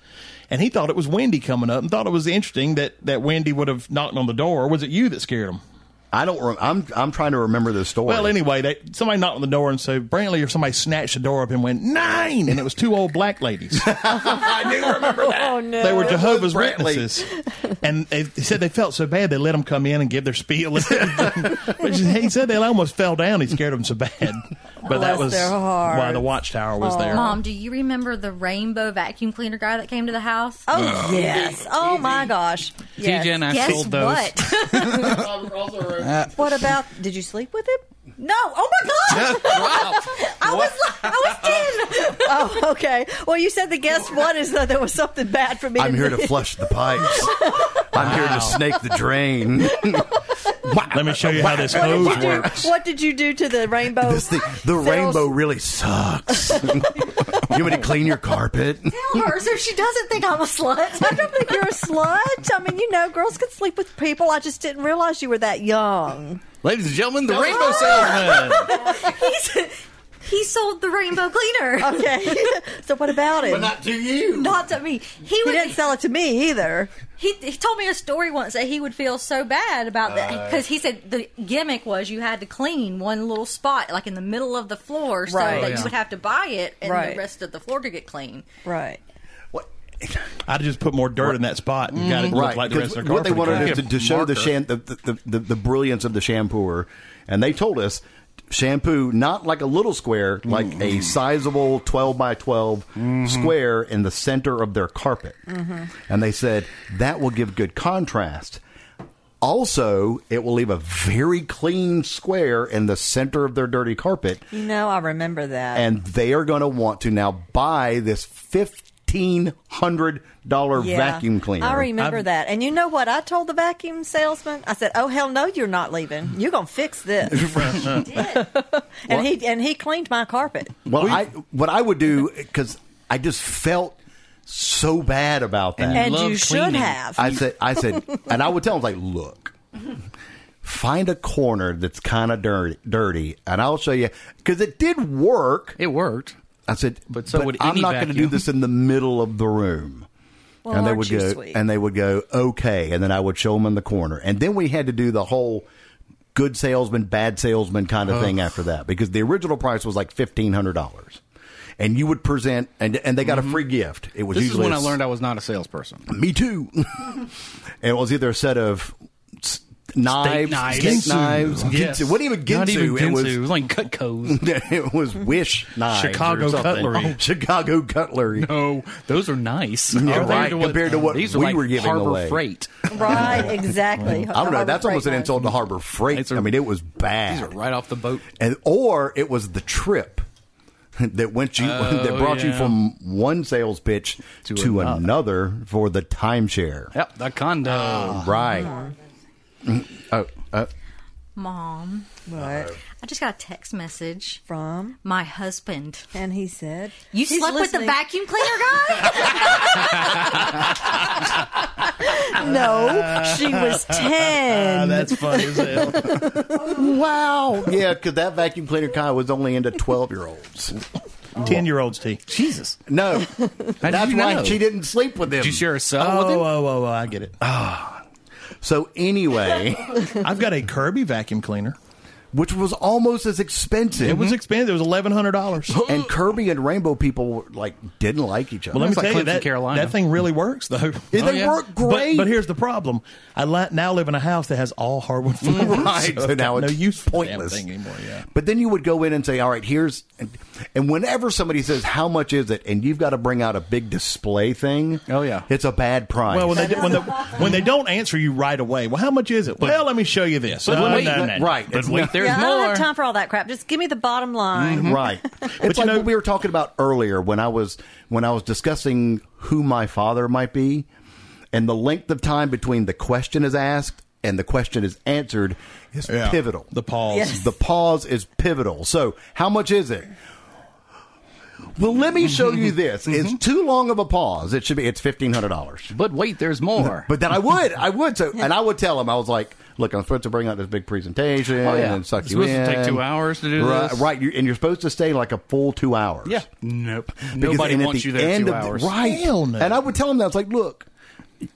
B: and he thought it was Wendy coming up and thought it was interesting that that Wendy would have knocked on the door. Was it you that scared him?
A: I don't. Rem- I'm I'm trying to remember this story.
B: Well, anyway, they, somebody knocked on the door and so Brantley or somebody snatched the door up and went nine, and it was two old black ladies.
A: I do remember that.
D: Oh no!
B: They were Jehovah's
A: Brantley.
B: Witnesses, and they, they said they felt so bad they let them come in and give their spiel. Which is- he said they almost fell down. He scared them so bad, but that
D: Bless
B: was
D: their hearts.
B: why the watchtower was there.
F: Mom, do you remember the rainbow vacuum cleaner guy that came to the house?
D: oh yes! Oh my gosh! Yes.
C: TJ and I
F: Guess
C: sold those.
F: what?
D: What about? Did you sleep with him?
F: no! Oh my god! I was like, I was ten.
D: Oh, okay. Well, you said the guess what is that there was something bad for me.
A: I'm
D: to
A: here to
D: do.
A: flush the pipes. I'm here to snake the drain.
B: Let me show you how this hose works.
D: What did you do to the rainbow?
A: This thing, the
D: Sales-
A: rainbow really sucks. you want to clean your carpet?
F: Tell Oh, her so she doesn't think I'm a slut.
D: I don't think you're a slut. I mean, you know, girls can sleep with people. I just didn't realize you were that young.
C: Ladies and gentlemen, the rainbow salesman.
F: he sold the rainbow cleaner,
D: Okay. so what about it?
A: to you.
F: not Oh, to me. He
D: He
F: would.
D: didn't sell it to me either.
F: He, he told me a story once that he would feel so bad about that because he said the gimmick was you had to clean one little spot, like in the middle of the floor, so
D: Right.
F: that
C: Yeah.
F: you would have to buy it and
D: Right.
F: the rest of the floor to get clean.
D: Right.
B: I'd just put more dirt in that spot and got it to look
A: Right,
B: like the rest of
A: 'cause
B: the
A: what they
B: carpet.
A: wanted
B: again.
A: is to, to show the,
C: Marker.
A: shan- the, the, the the brilliance of the shampooer, and they told us shampoo not like a little square, like a
B: Mm.
A: sizable twelve by 12
B: Mm-hmm.
A: square in the center of their carpet, and they said that will give good contrast. Also, it will leave a very clean square in the center of their dirty carpet,
D: You know, I remember that.
A: and they are going to want to now buy this fifteen hundred dollar
D: Yeah.
A: vacuum cleaner.
D: I remember that. And you know what I told the vacuum salesman? I said, "Oh hell no, you're not leaving. You're going to fix this." and he and he cleaned my carpet.
A: Well, I what I would do because I just felt so bad about that.
D: And
C: love
D: you should
C: cleaning.
D: have.
A: I said, I said, and I would tell him like, look, find a corner that's kind of dirty, dirty, and I'll show you because it did work.
C: It worked.
A: I said,
C: But so would
A: I'm
C: any
A: not going to do
C: vacuum."
A: this in the middle of the room.
D: Well,
A: and they
D: aren't
A: would
D: you
A: go,
D: sweet?
A: and they would go, okay, and then I would show them in the corner, and then we had to do the whole good salesman, bad salesman kind of thing after that because the original price was like fifteen hundred dollars, and you would present, and and they got a free gift. It was
C: Mm-hmm. This is
A: usually
C: when
A: a
C: I
A: s-
C: learned I was not a salesperson.
A: me too. and it was either a set of s- knives,
C: knives.
A: steak
C: Ginsu.
A: knives,
C: Yes.
A: Ginsu. What even Ginsu?
C: Not even
A: It
C: Ginsu. It
A: was
C: was like Cutco's.
A: it was wish knives, or
B: Chicago
A: something.
B: cutlery.
A: Oh, Chicago cutlery.
C: Oh, those are nice.
A: Yeah, right, compared to what
C: these
A: we
C: are like
A: were giving
C: Harbor
A: away.
C: Freight.
D: Right, exactly.
A: I don't know. That's almost an insult to Harbor Freight.
C: These
A: I
C: are-
A: mean, it was bad.
C: These are right off the boat.
A: and or it was the trip that went you that brought you
C: Oh, yeah.
A: from one sales pitch to,
C: To
A: another.
C: another.
A: for the timeshare.
C: Yep, the condo.
A: Ah. Right. Oh, uh,
F: Mom,
D: What?
F: I just got a text message from
D: From
F: my husband.
D: and he said,
F: You
D: He's
F: slept with the
D: listening.
F: vacuum cleaner guy?
D: No, she was
B: Ah,
D: ten.
B: that's funny as hell.
A: wow. Yeah, because that vacuum cleaner kind was only into twelve year olds.
B: Ten year olds T.
C: Jesus.
A: No,
C: How
A: that's
C: did you
A: why
C: know?
A: she didn't sleep with him.
C: Did you share a cell
B: Oh,
C: with him?
B: oh, oh, oh, I get it.
A: So anyway,
B: I've got a Kirby vacuum cleaner.
A: which was almost as expensive.
B: It was expensive. It was eleven hundred dollars.
A: and Kirby and Rainbow people like didn't like each other.
B: Well, let me
C: That's like
B: tell you
C: Clemson,
B: that
C: Carolina.
B: that thing really works though.
A: Yeah,
C: Oh,
A: they
C: yeah.
A: work
B: But-
A: great.
B: But, here's the problem: I li- now live in a house that has all hardwood floors,
A: Right, so
B: I've
A: now
B: got
A: it's
B: no use for the damn
A: pointless.
B: thing anymore. Yeah,
A: But then you would go in and say, "All right, here's," and, And whenever somebody says, "How much is it?" and you've got to bring out a big display thing,
C: Oh, yeah.
A: it's a bad price.
B: Well, when they, when, the, when they don't answer you right away, well, how much is it? well, let me show you this.
C: But
B: No,
C: wait,
B: no,
C: but-
B: no.
A: right,
C: But
A: it's
C: wait,
A: not-
C: there's
D: yeah, I
C: more.
D: don't have time for all that crap. Just give me the bottom line.
A: right. It's like
B: you know-
A: what we were talking about earlier when I was when I was discussing who my father might be, and the length of time between the question is asked and the question is answered is
B: Yeah.
A: pivotal.
B: The pause.
D: Yes.
A: The pause is pivotal. So, how much is it? Well, let me show you this.
C: Mm-hmm.
A: It's too long of a pause. It should be. It's fifteen hundred dollars.
C: But wait, there's more.
A: But then I would, I would. So, and I would tell him. I was like, "Look, I'm supposed to bring out this big presentation
C: Oh, yeah.
A: and suck
C: It's
A: you in.
C: supposed to take two hours to do
A: right,
C: this.
A: Right, you, and you're supposed to stay like a full two hours.
C: yeah. Nope.
A: Because-
C: Nobody
A: and at
C: wants
A: the
C: you there
A: end
C: two
A: of the-
C: hours.
A: right?
B: Hell no.
A: And I would tell him that I was like, "Look,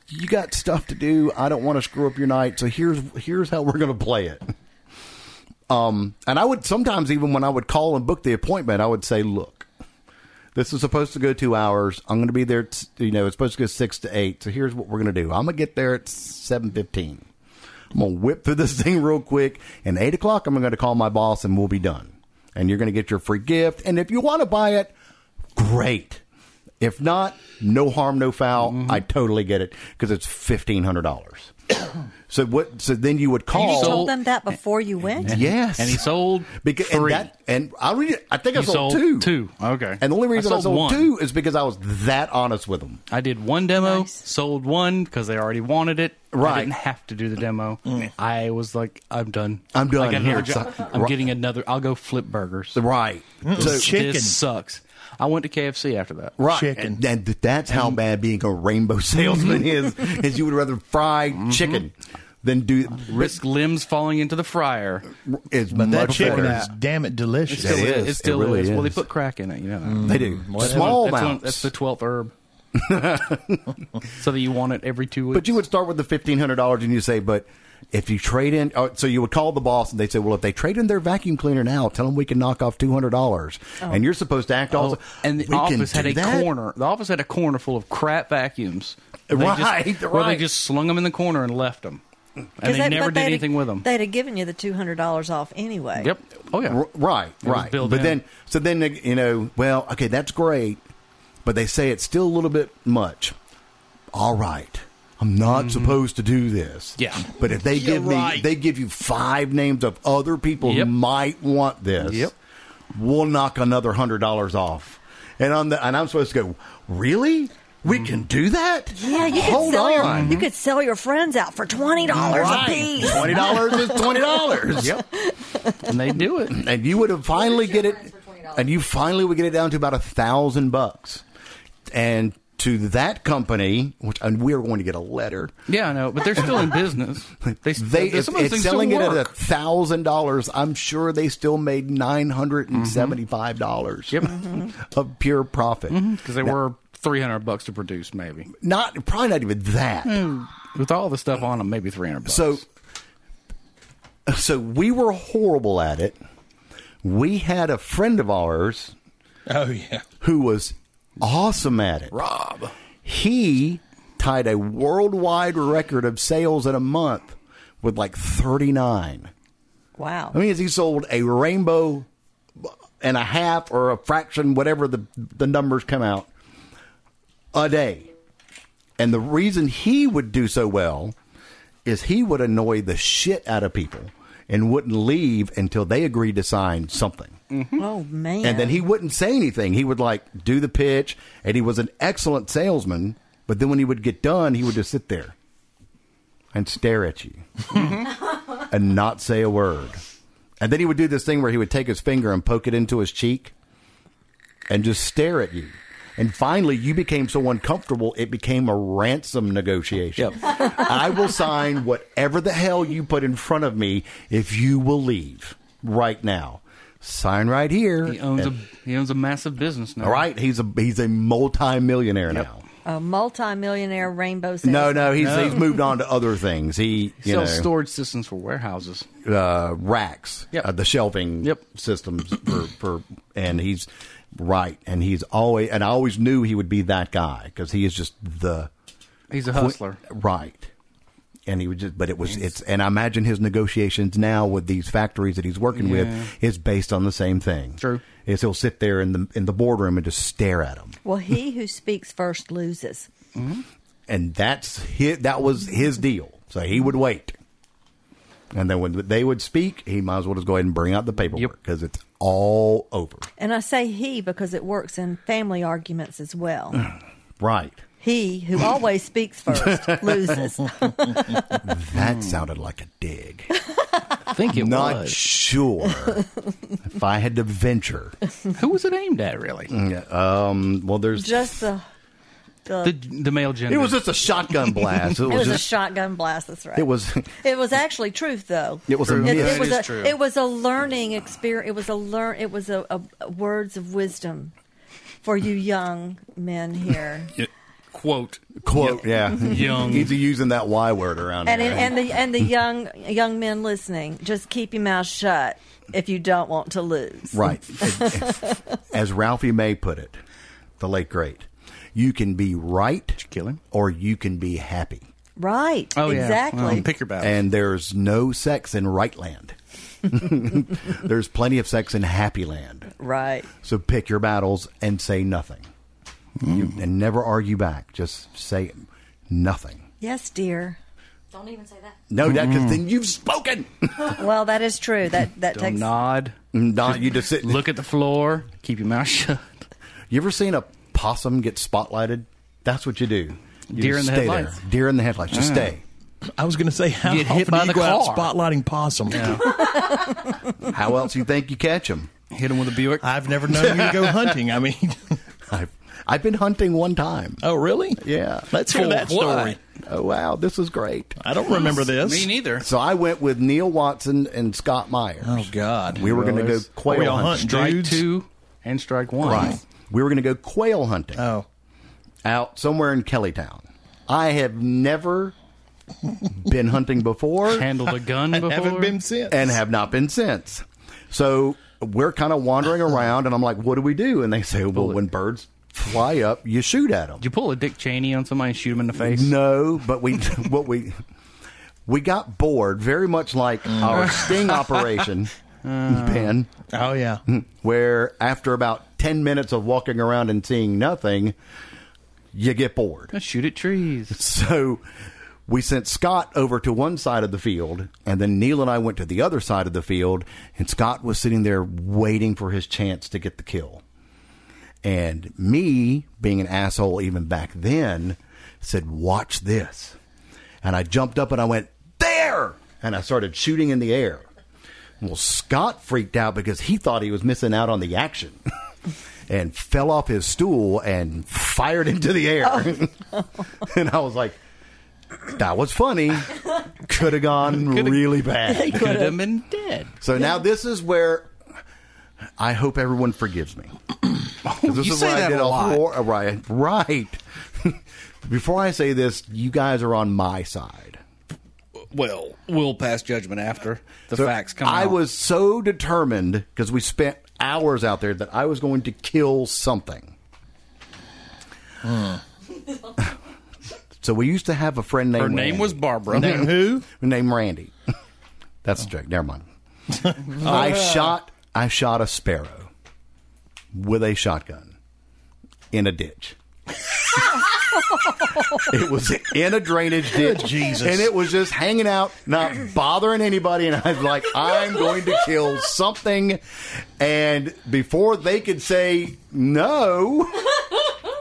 A: you got stuff to do. I don't want to screw up your night. So here's here's how we're going to play it." Um, and I would sometimes even when I would call and book the appointment, I would say, "Look, this is supposed to go two hours. I'm going to be there. T- you know, it's supposed to go six to eight. So here's what we're going to do. I'm going to get there at seven fifteen. I'm going to whip through this thing real quick. And eight o'clock, I'm going to call my boss, and we'll be done. And you're going to get your free gift. And if you want to buy it, great. If not, no harm, no foul.
C: Mm-hmm.
A: I totally get it because it's fifteen hundred dollars. so what? So then you would
D: You
A: call.
D: told them that before you went.
A: yes,
C: And he sold
A: because
C: three.
A: And, that, and I read. I think I
C: You
A: sold,
C: sold
A: two.
C: two. Okay.
A: And the only
C: I
A: reason I sold,
C: sold one.
A: two is because I was that honest with them.
C: I did one demo,
D: Nice.
C: sold one because they already wanted it.
A: Right. Mm.
C: I didn't have to do the demo. I was like, I'm done.
A: I'm done.
C: I got another job.
A: Right.
C: I'm getting another. I'll go flip burgers.
A: Right.
B: So, chicken.
C: This sucks. I went to KFC after that.
A: Right.
B: Chicken.
A: And, and that's how bad being a rainbow salesman is. Is you would rather fry chicken than do
C: Mm-hmm. Risk limbs falling into the fryer.
A: Is
B: But that
A: much
B: chicken
A: better.
B: is damn it delicious.
A: It is.
C: It
A: It
C: still
A: really
C: is. Well, they
A: is. Mm.
C: put crack in it. You know. that.
A: They do
C: Mm-hmm. That's
A: small
C: one- that's one-
A: amounts.
C: That's the twelfth herb. so that you want it every two weeks.
A: But you would start with the fifteen hundred dollars, and you say, "But if you trade in," oh, so you would call the boss, and they say, "Well, if they trade in their vacuum cleaner now, tell them we can knock off two hundred dollars." And you're supposed to act also.
C: Oh, and the
A: "We can
C: office had
A: do
C: a
A: that?"
C: corner. The office had a corner full of crap vacuums. And they
A: Right,
C: just, Where they
A: right.
C: just slung them in the corner and left them,
D: 'Cause
C: and they, never
D: but
C: did
D: they'd-
C: anything with them.
D: They'd have given you the two hundred dollars off anyway.
C: Yep. Oh yeah.
A: R- right,
C: was
A: right.
C: built
A: But
C: in.
A: then, so then you know, well, okay, that's great, but they say it's still a little bit much. All right, I'm not supposed to do this.
C: Mm-hmm. Yeah.
A: but if they give me,
B: right.
A: they give you five names of other people
C: Yep.
A: who might want this.
C: Yep.
A: we'll knock another hundred dollars off. And on the and I'm supposed to go, really? We
C: Mm-hmm.
A: can do that?
D: Yeah, you could
A: Hold
D: sell
A: on.
D: your you could sell your friends out for twenty dollars a piece.
A: Twenty dollars is twenty dollars. yep.
C: and they do it.
A: and you would have finally
E: your
A: get it,
E: friends for $20?
A: and you finally would get it down to about a thousand bucks, and to that company, which and we are going to get a letter.
C: Yeah, I know, but they're still in business. They,
A: They
C: there's
A: if,
C: some of those
A: if
C: things
A: selling it
C: still
A: at a
C: work. Mm-hmm.
A: thousand dollars, I'm sure they still made nine hundred and seventy-five dollars
C: Yep. Mm-hmm.
A: of pure profit.
C: because they were three hundred bucks to produce, maybe
A: Not probably not even that.
C: Mm-hmm. with all the stuff on them, maybe three hundred.
A: So, so we were horrible at it. We had a friend of ours
B: Oh yeah.
A: who was awesome at it.
C: Rob,
A: he tied a worldwide record of sales in a month with like 39.
D: Wow.
A: I mean, he sold a rainbow and a half or a fraction, whatever the, the numbers come out, a day. And the reason he would do so well is he would annoy the shit out of people and wouldn't leave until they agreed to sign something.
D: oh man.
A: And then he wouldn't say anything. He would like do the pitch, and he was an excellent salesman. But then when he would get done, he would just sit there and stare at you and not say a word. And then he would do this thing where he would take his finger and poke it into his cheek and just stare at you. And finally, you became so uncomfortable, it became a ransom negotiation. I will sign whatever the hell you put in front of me if you will leave right now. Sign right here.
C: he owns a
A: And-
C: he owns a massive business now.
A: uh, all right, he's a he's a multi-millionaire now.
D: a multimillionaire rainbow.
A: No,
D: salesman.
A: no, he's he's moved on to other things. He you
C: sells
A: know,
C: storage systems for warehouses.
A: uh, racks,
C: Yep.
A: uh, the shelving
C: Yep.
A: systems for, for, and he's right, and he's always, and I always knew he would be that guy because he is just the
C: He's a hustler.
A: right, and he would just but it was it's and i imagine his negotiations now with these factories that he's working with is based on the same thing
C: True.
A: is he'll sit there in the in the boardroom and just stare at them
D: Well, he who speaks first loses.
A: and that's his, that was his deal so he would wait and then when they would speak he might as well just go ahead and bring out the paperwork because it's all over
D: And I say he because it works in family arguments as well.
A: right
D: He who always speaks first loses.
A: that sounded like a dig
C: I think it
A: not
C: was.
A: sure if i had to venture
C: Who was it aimed at, really?
A: Mm. um well there's
D: Just the, the,
C: The, the male gender.
A: it was just a shotgun blast it
D: it
A: was
D: was a
A: just
D: shotgun blast. That's right.
A: it was
D: It was actually truth, though.
A: It was a myth.
D: It,
A: That
D: was
C: is
D: a.
C: true.
D: It was a learning experience. It was a learn. It was a, a words of wisdom for you young men here,
C: quote.
A: quote. Yeah,
C: Young.
A: He's using that Y word around
D: and
A: here.
D: it, and the and the young young men listening. Just keep your mouth shut if you don't want to lose.
A: right, as Ralphie May put it, the late great, you can be right
C: kill him?
A: or you can be happy,
D: Right.
C: Oh, yeah.
D: exactly.
C: Well, pick your battle.
A: and there's no sex in right land. there's plenty of sex in happy land.
D: right.
A: So pick your battles and say nothing,
C: Mm.
A: you, and never argue back. Just say nothing.
D: Yes, dear.
E: Don't even say that.
A: No, that
C: Mm.
A: because then you've spoken.
D: Well, that is true. That that
C: Don't
D: takes.
C: nod.
A: Not you just sit.
C: Look at the floor. Keep your mouth shut.
A: You ever seen a possum get spotlighted? That's what you do. You
C: Deer
A: just
C: in the
A: stay
C: headlights. Mm.
A: There. Deer in the headlights. Just stay.
B: I was going to say, how
C: Get hit
B: often
C: by
B: do you
C: the
B: go out
C: car.
B: spotlighting possum?
A: How else you think you catch them?
C: Hit him with a Buick.
B: I've never known you to go hunting. I mean,
A: I've, I've been hunting one time.
B: oh really?
A: Yeah.
B: Let's hear
C: For
B: that
C: what?
B: story.
A: Oh wow, this is great.
B: I don't remember this.
C: Me neither.
A: So I went with Neil Watson and Scott Myers.
B: Oh God,
A: We were going to go
C: Always.
A: quail
B: We all
A: hunting.
B: hunt
C: Strike
B: Dudes.
C: two and strike one.
A: Right. We were going to go quail hunting
B: Oh,
A: out somewhere in Kellytown. I have never been hunting before.
C: Handled a gun before.
B: haven't been since.
A: and have not been since. So we're kind of wandering around, and I'm like, "What do we do?" And they say, "Well, when birds fly up, you shoot at them."
C: Did you pull a Dick Cheney on somebody and shoot him in the face?
A: No, but we what we we got bored, very much like our sting operation, Ben,
B: oh yeah.
A: where after about ten minutes of walking around and seeing nothing, you get bored.
C: Shoot at trees.
A: So we sent Scott over to one side of the field, and then Neil and I went to the other side of the field, and Scott was sitting there waiting for his chance to get the kill. And me, being an asshole even back then, said, Watch this. And I jumped up and I went, There! And I started shooting in the air. Well, Scott freaked out because he thought he was missing out on the action and fell off his stool and fired into the air. and I was like, that was funny. Could have gone really bad.
C: Could have been dead.
A: So now this is where I hope everyone forgives me. 'Cause this
C: You
A: is
C: say
A: what I
C: that
A: did
C: a lot.
A: before- Right. right. before I say this, you guys are on my side.
C: Well, we'll pass judgment after the
A: So
C: facts come
A: I
C: out.
A: was so determined because we spent hours out there that I was going to kill something.
C: Hmm.
A: so we used to have a friend named
C: Her name
A: Randy.
C: was Barbara.
B: Named who?
A: named Randy. That's a joke. Never mind. I shot I shot a sparrow with a shotgun in a ditch. it was in a drainage ditch,
B: Jesus.
A: and it was just hanging out, not bothering anybody. And I was like, "I'm going to kill something," and before they could say no,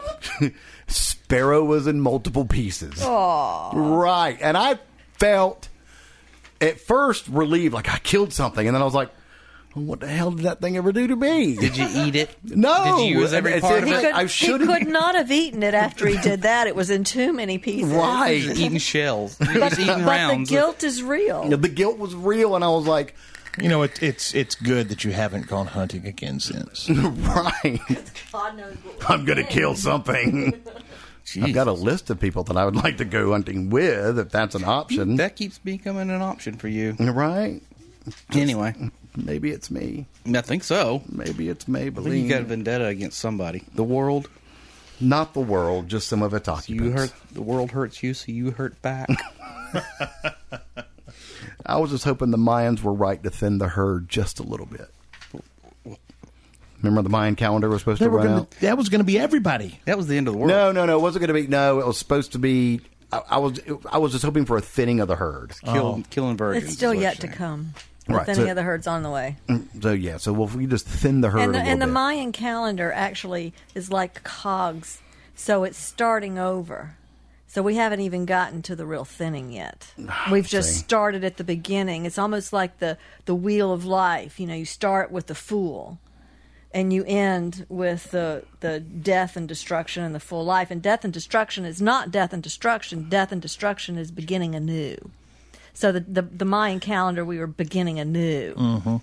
A: sparrow was in multiple pieces. Right. And I felt at first relieved, like I killed something. And then I was like, well, what the hell did that thing ever do to me?
C: Did you eat it?
A: no.
C: Did you use every
A: It's-
C: part of
D: He
A: it's-
C: it?
D: could,
A: I
D: he
A: shouldn't-
D: could not have eaten it after he did that. It was in too many pieces.
A: Right.
C: He's eating shells. He's
D: But,
C: eating
D: but the
C: rounds.
D: guilt is real.
A: The guilt was real. And I was like,
B: You know, it, it's it's good that you haven't gone hunting again since.
A: right.
E: God knows what we
A: I'm going to
E: did.
A: kill something. I've got a list of people that I would like to go hunting with if that's an option.
C: That keeps becoming an option for you.
A: Right.
C: Anyway,
A: Maybe it's me.
C: I think so.
A: Maybe it's
C: I think
A: Maybelline.
C: you got a vendetta against somebody. The world.
A: Not the world, just some of its
C: You
A: occupants.
C: hurt. The world hurts you, so you hurt back.
A: I was just hoping the Mayans were right to thin the herd just a little bit. Remember the Mayan calendar was supposed
B: They
A: to
B: were
A: run
B: gonna,
A: out.
B: that was going to be everybody.
C: That was the end of the world.
A: No, no, no. It wasn't going to be. No, it was supposed to be. I, I was. I was just hoping for a thinning of the herd.
C: Kill,
A: Oh.
C: Killing virgins.
D: It's
C: is
D: still
C: what
D: yet
C: you're
D: to
C: saying.
D: come.
A: Right,
D: If any
A: so-
D: of the herds on the way.
A: So yeah. So well, if we just thin the herd
D: and the,
A: a little
D: and the
A: bit.
D: Mayan calendar actually is like cogs, so it's starting over. So we haven't even gotten to the real thinning yet. We've just
A: Ah, see.
D: started at the beginning. It's almost like the the wheel of life. You know, you start with the fool, and you end with the the death and destruction and the full life. And death and destruction is not death and destruction. Death and destruction is beginning anew. So the the, the Mayan calendar, we were beginning anew.
A: Mm-hmm.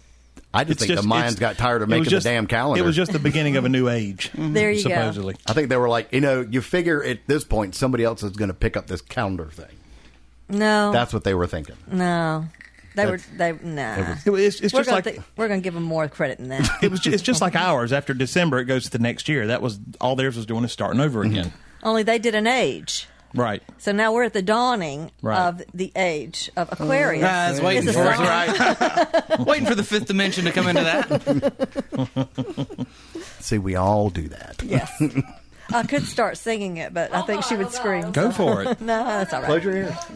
A: I just
B: It's
A: think
B: just-
A: the Mayans
B: it's-
A: got tired of
B: it was
A: making
B: just-
A: the damn calendar.
B: It was just the beginning of a new age.
D: There you go.
B: supposedly.
A: I think they were like, you know, you figure at this point somebody else is going to pick up this calendar thing.
D: No,
A: That's what they were thinking.
D: No, they were they nah.
B: It was- it's- it's
D: we're
B: just
D: gonna
B: like-
D: thi- we're gonna give them more credit than that.
B: It was. Just, it's just like ours. After December, it goes to the next year. That was all theirs was doing is starting over again.
D: Only they did an age.
B: Right.
D: So now we're at the dawning
B: Right.
D: of the age of Aquarius.
C: Ah, it's waiting
D: It's a
C: for us,
D: sign.
C: right? waiting for the fifth dimension to come into that.
A: See, we all do that.
D: Yes. I could start singing it, but I think she would
E: Hold on,
D: scream.
E: hold
B: Go for it.
D: No, that's all right.
A: Close your ears.
E: No,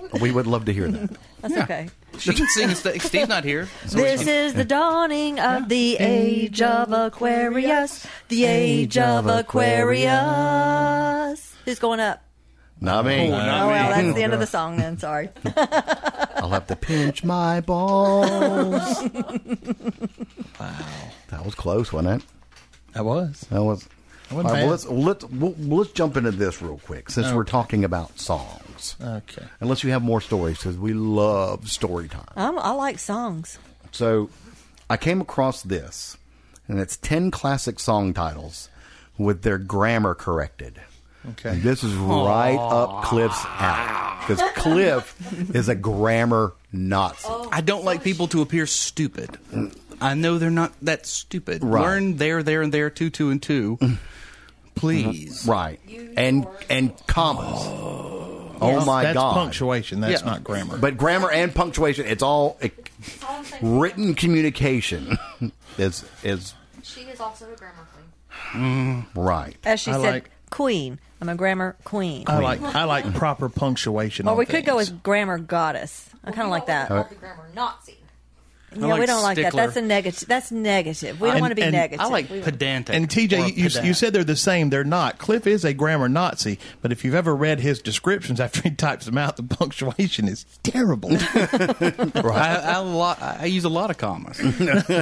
E: no, no.
A: We would love to hear that.
D: That's okay.
C: She can sing. St- Steve's not here. So we
D: This
C: can-
D: is the dawning of the age of Aquarius. The age of Aquarius. Who's going up?
A: Not me.
D: Oh, well, that's the end of the song then. Sorry.
A: I'll have to pinch my balls. wow. That was close, wasn't it?
B: That was.
A: That was. All
B: wasn't
A: right, well,
B: bad.
A: let's, well, let's, we'll, well, let's jump into this real quick since we're talking about songs.
B: Okay.
A: Unless you have more stories, because we love story time.
D: I'm, I like songs.
A: So I came across this, and it's 10 classic song titles with their grammar corrected.
B: Okay.
A: And this is right up Cliff's alley. Because Cliff is a grammar Nazi.
C: I don't like people to appear stupid. I know they're not that stupid.
A: Right. Mm-hmm.
C: Learn there, there, and there, two, two, and two. Please.
A: Right. And and commas. Oh my
B: that's
A: god.
B: punctuation. That's
C: Yeah.
B: not grammar.
A: But grammar and punctuation, it's all it,
E: All I'm saying is
A: written communication is is
E: She is also a grammar queen.
A: right.
D: As she
B: I
D: said,
B: like-
D: queen. I'm a grammar queen.
B: I like I like proper punctuation.
D: or
B: on
D: we could go
B: things.
D: with grammar goddess. I kind of like that.
E: Called the grammar Nazi.
D: yeah,
C: like
D: we don't like
C: stickler.
D: that. That's a negative. That's negative. We don't
B: And-
D: want to be
B: and
D: negative.
C: I like
D: We-
C: pedantic.
B: And
C: or
B: TJ, you, you,
C: pedant.
B: you said they're the same. They're not. Cliff is a grammar Nazi, but if you've ever read his descriptions after he types them out, the punctuation is terrible.
C: I, I, lo- I use a lot of commas.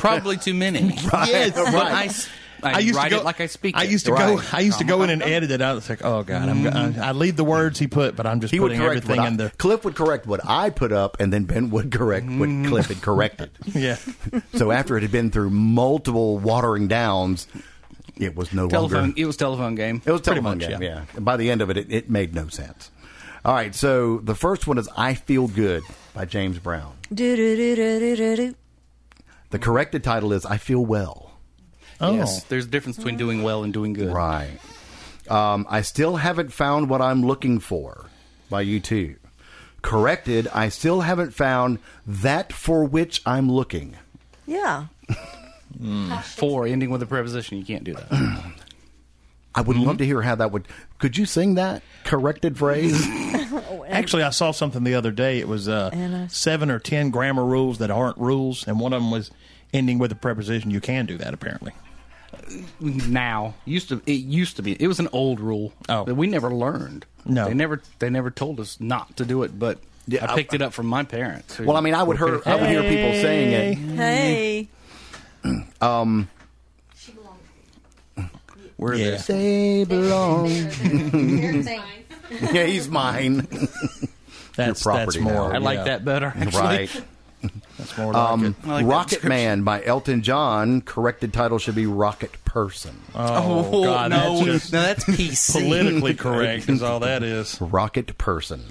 C: Probably too many.
B: Yes,
C: But
B: right.
C: I s- I write it like I speak
B: I
C: it.
B: used to go.
C: Right.
B: I used to go in and edit it out. It's like, oh god, I'm, go- I, I leave the words he put, but I'm just
A: He would
B: putting
A: correct what
B: everything
A: I,
B: in the.
A: Cliff would correct what I put up, and then Ben would correct what Cliff had corrected.
B: Yeah,
A: So after it had been through multiple watering downs, it was no
C: Telephone. e-,
A: longer.
C: It was telephone game.
A: It was a telephone
B: much,
A: game.
B: yeah.
A: Yeah. And by the end of it, it, it made no sense. All right. So the first one is "I Feel Good" by James Brown.
D: Do, do, do, do, do, do, do.
A: The corrected title is "I Feel Well."
B: Oh.
C: Yes. There's a difference between doing well and doing good.
A: Right. Um, I still haven't found what I'm looking for by you two. Corrected. I still haven't found that for which I'm looking.
D: Yeah.
C: Four ending with a preposition. You can't do that.
A: I would
C: Mm-hmm.
A: love to hear how that would. Could you sing that corrected phrase?
B: actually, I saw something the other day. It was uh,
D: Anna.
B: seven or ten grammar rules that aren't rules, and one of them was ending with a preposition. You can do that apparently.
C: now used to it used to be it was an old rule
B: Oh.
C: that we never learned.
B: No.
C: they never they never told us not to do it. But
A: Yeah,
C: I
A: I-
C: picked it up from my parents. who
A: Well, I mean, I would
C: were
A: hear
C: parents.
A: I would hear people saying it.
D: Hey.
E: She belongs.
C: Where
B: Yeah.
C: there's-
A: They belong.
E: They're saying
A: Yeah, he's mine.
B: That's that's
A: property
B: more.
A: now.
C: I like
B: yeah,
C: that better. Actually.
B: That's more like it.
C: I like that
A: Rocket
C: description.
A: Man by Elton John. Corrected title should be Rocket Person.
B: Oh, God,
C: no,
B: that's just
C: no, that's PC.
B: politically correct is all that is.
A: Rocket Person.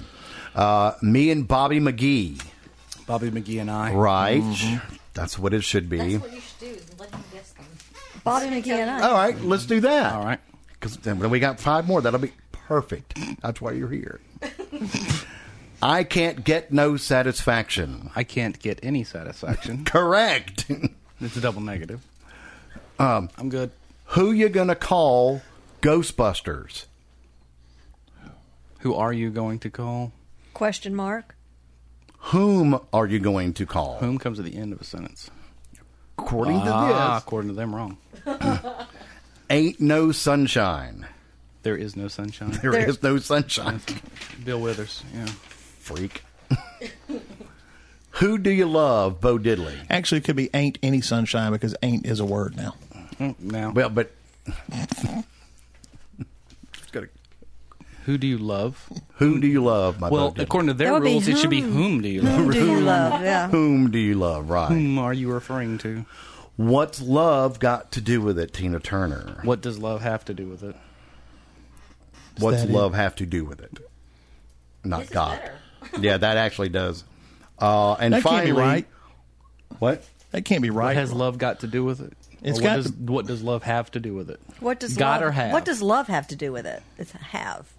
A: Uh, me and Bobby McGee.
C: Bobby McGee and I.
A: Right. That's what it should be.
E: that's what you should do is let them guess them.
D: Bobby McGee and I.
A: All right, let's do that.
C: All right.
A: Because then then we got five more. That'll be perfect. That's why you're here. I can't get no satisfaction.
C: I can't get any satisfaction.
A: Correct.
C: it's a double negative. Um, I'm good.
A: Who you gonna call Ghostbusters?
C: Who are you going to call?
D: Question mark.
A: Whom are you going to call?
C: Whom comes at the end of a sentence?
A: According
C: ah,
A: to this,
C: according to them, wrong.
A: ain't no sunshine.
C: There is no sunshine.
A: there is no sunshine.
C: Bill Withers. Yeah.
A: Freak. Who do you love, Bo Diddley?
B: Actually, it could be ain't any sunshine because ain't is a word now.
C: Mm, Now,
A: Well, but
C: who do you love?
A: who do you love, my
C: Well,
A: Bo Diddley?
C: according to their
D: That would be hmm.
C: rules, it should be
D: whom.
C: whom do you love?
D: Who do you love? Yeah.
A: Whom do you love, right?
C: Whom are you referring to?
A: What's love got to do with it, Tina Turner?
C: What does love have to do with it?
A: What's
B: that it?
A: love have to do with it? Not
E: This is
A: God.
E: better.
A: yeah, that actually does. Uh, and
B: That
A: finally,
B: can't be right.
A: what?
B: That can't be
C: What
B: right.
C: has love got to do with it?
B: It's
C: Or what
B: got
C: does,
B: to-
C: what does love have to do with it?
D: What does
C: got
D: love,
C: or have?
D: What does love have to do with it? It's have.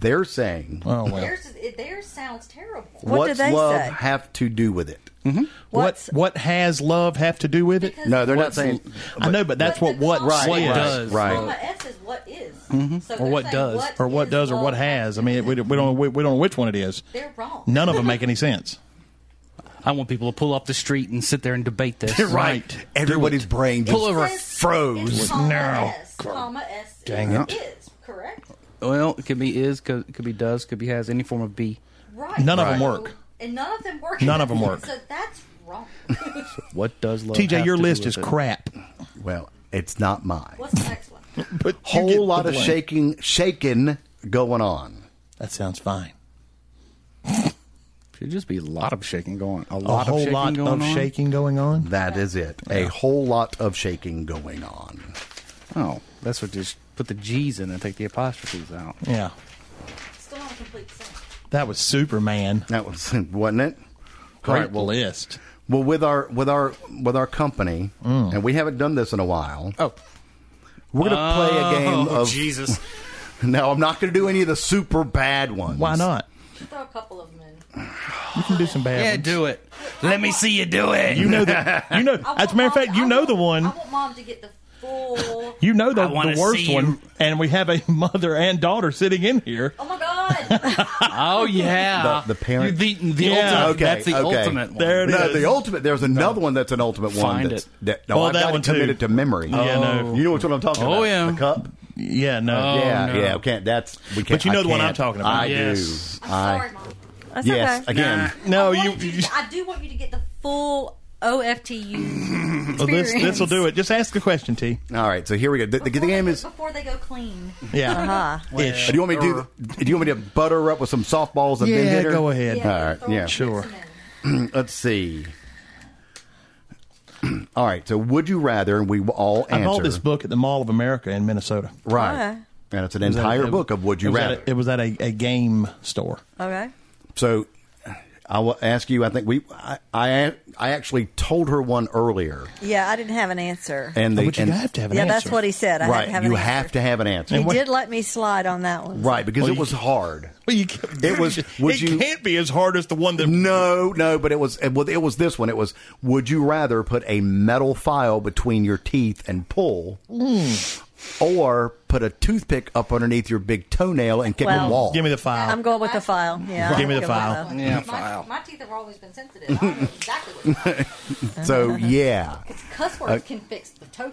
A: They're saying
B: oh well.
E: Theirs, is, it, theirs sounds terrible.
D: What do
A: what's
D: they
A: love
D: say?
A: have to do with it?
B: What
D: What's-
B: what has love have to do with it?
E: Because
A: No, they're
E: what
A: not saying.
B: I know, but that's
E: But
B: what
E: the
B: what
E: Right,
B: says.
C: what does?
A: Right. Mm-hmm.
E: Comma S is what is. So they're
C: what
E: saying
C: does,
B: or what
E: is
B: does or what
E: love
B: has.
E: to
B: I mean, we, we don't we, we don't know which one it is.
E: They're wrong.
B: None of them make any sense.
C: I want people to pull off the street and sit there and debate this.
B: Right.
A: Everybody's brain just
C: Pull over.
E: Says
A: froze.
E: It's comma
B: Now.
E: S, comma S is,
B: Dang it.
E: is, correct?
C: Well, it could be is, could, could be does, could be has, any form of be.
E: Right.
B: None of
E: So-
B: 'em work.
E: And none of them work.
B: None of 'em work.
E: So that's wrong.
C: What does love?
B: TJ,
C: have
B: your
C: to do
B: list
C: with
B: is
C: it?
B: crap.
A: Well, it's not mine.
E: What's the next one?
B: But you get the
A: Whole lot of
B: blame.
A: shaking, shaking going on.
B: That sounds fine.
C: Should just be a lot of shaking going. A
B: A
C: lot of
B: whole
C: shaking
B: lot
C: going
B: of
C: on?
B: shaking going on.
A: That is it. A whole lot of shaking going on.
C: Oh, that's what just put the G's in and take the apostrophes out.
B: Yeah,
E: Still not a complete sentence.
B: that was Superman.
A: That was wasn't it? All
B: Great
A: right, well,
B: list.
A: well, with our with our with our company,
B: Mm.
A: and we haven't done this in a while.
C: Oh,
A: We're gonna play a game
G: Oh,
A: of.
G: Jesus.
A: No, I'm not gonna do any of the super bad ones.
B: Why not?
E: Throw a couple of them in.
B: You can do some bad
C: yeah,
B: ones.
C: do it. Let me see you do it.
B: You know the you know.
E: I
B: As
E: want
B: a matter of
E: mom-
B: fact, you
E: I
B: know
E: want-
B: the
E: I
B: one.
E: want mom to get the full.
B: You know the,
G: I wanna
B: the worst
G: see
B: one.
G: you-
B: And we have a mother and daughter sitting in here.
E: Oh my god!
C: oh yeah,
A: The- the parent-
C: The, the
B: Yeah.
C: ultimate.
A: Okay,
C: that's the
A: okay.
C: ultimate. One.
B: There it
A: No,
B: is.
A: the ultimate. There's another one that's an ultimate one.
C: Find
A: That's,
C: it.
A: That, no,
B: Oh,
A: I've
B: that
A: got
B: one
A: it
B: too. Oh,
A: committed to memory.
B: Yeah, no.
A: You know which one I'm talking about?
C: Oh, yeah.
A: The cup.
B: Yeah, no.
C: Oh,
A: yeah,
C: no.
A: yeah. Okay, that's we can't.
B: But you know
A: I
B: the one I'm
A: can't.
B: talking about.
A: I
C: Yes.
A: do.
E: I'm
A: I
E: sorry, mom.
D: That's
A: yes.
D: okay.
A: Again,
B: No,
E: I
B: Oh, you.
E: wanted you to- I do want you to get the full.
F: OFTU
B: well, this
F: experience.
B: this will do it. Just ask the question, T.
A: All right, so here we go. The, the, the
E: before
A: game
E: they-
A: is.
E: before they go clean.
B: Yeah.
D: Uh-huh.
B: Ish.
A: Do you want me to do? Do you want me to butter her up with some softballs and then
B: Yeah,
A: hit her?
B: go ahead.
A: All right,
E: throw
A: yeah.
E: mix
B: Sure.
E: them in.
A: Let's see. all right, so would you rather? And we will all
B: I
A: answer.
B: bought this book at the Mall of America in Minnesota.
A: right?
D: Okay.
A: And it's an
B: It was at-
A: entire
B: it-
A: book of would
B: it
A: you
B: was at
A: rather.
B: a- it was at a, a game store.
D: Okay.
A: So I will ask you. I think we. I I, I actually told her one earlier,
D: Yeah, I didn't have an answer.
A: and the
B: Oh, but you
A: and,
B: have to have an
D: yeah,
B: answer.
D: that's what he said. I
A: right.
D: had to have
A: you
D: an answer.
A: have to have an answer.
D: He
B: what-
D: did let me slide on that one.
A: right, because
B: Well,
A: it
B: you- Oh,
A: was hard.
B: Well, you can't-
A: It was- would
B: it
A: you-
B: can't be as hard as the one that.
A: No, no, but it was it was it was this one. It was would you rather put a metal file between your teeth and pull or put a toothpick up underneath your big toenail and kick
D: Well,
A: a wall?
B: Give me the file.
D: I'm going with the file. Yeah.
B: Give me
D: I'm
B: the
D: good with
B: file.
D: that.
C: Yeah,
E: My,
C: file.
E: my teeth have always been sensitive. I don't know exactly what it's like.
A: so yeah,
E: cuss
C: Uh,
E: words can fix the toe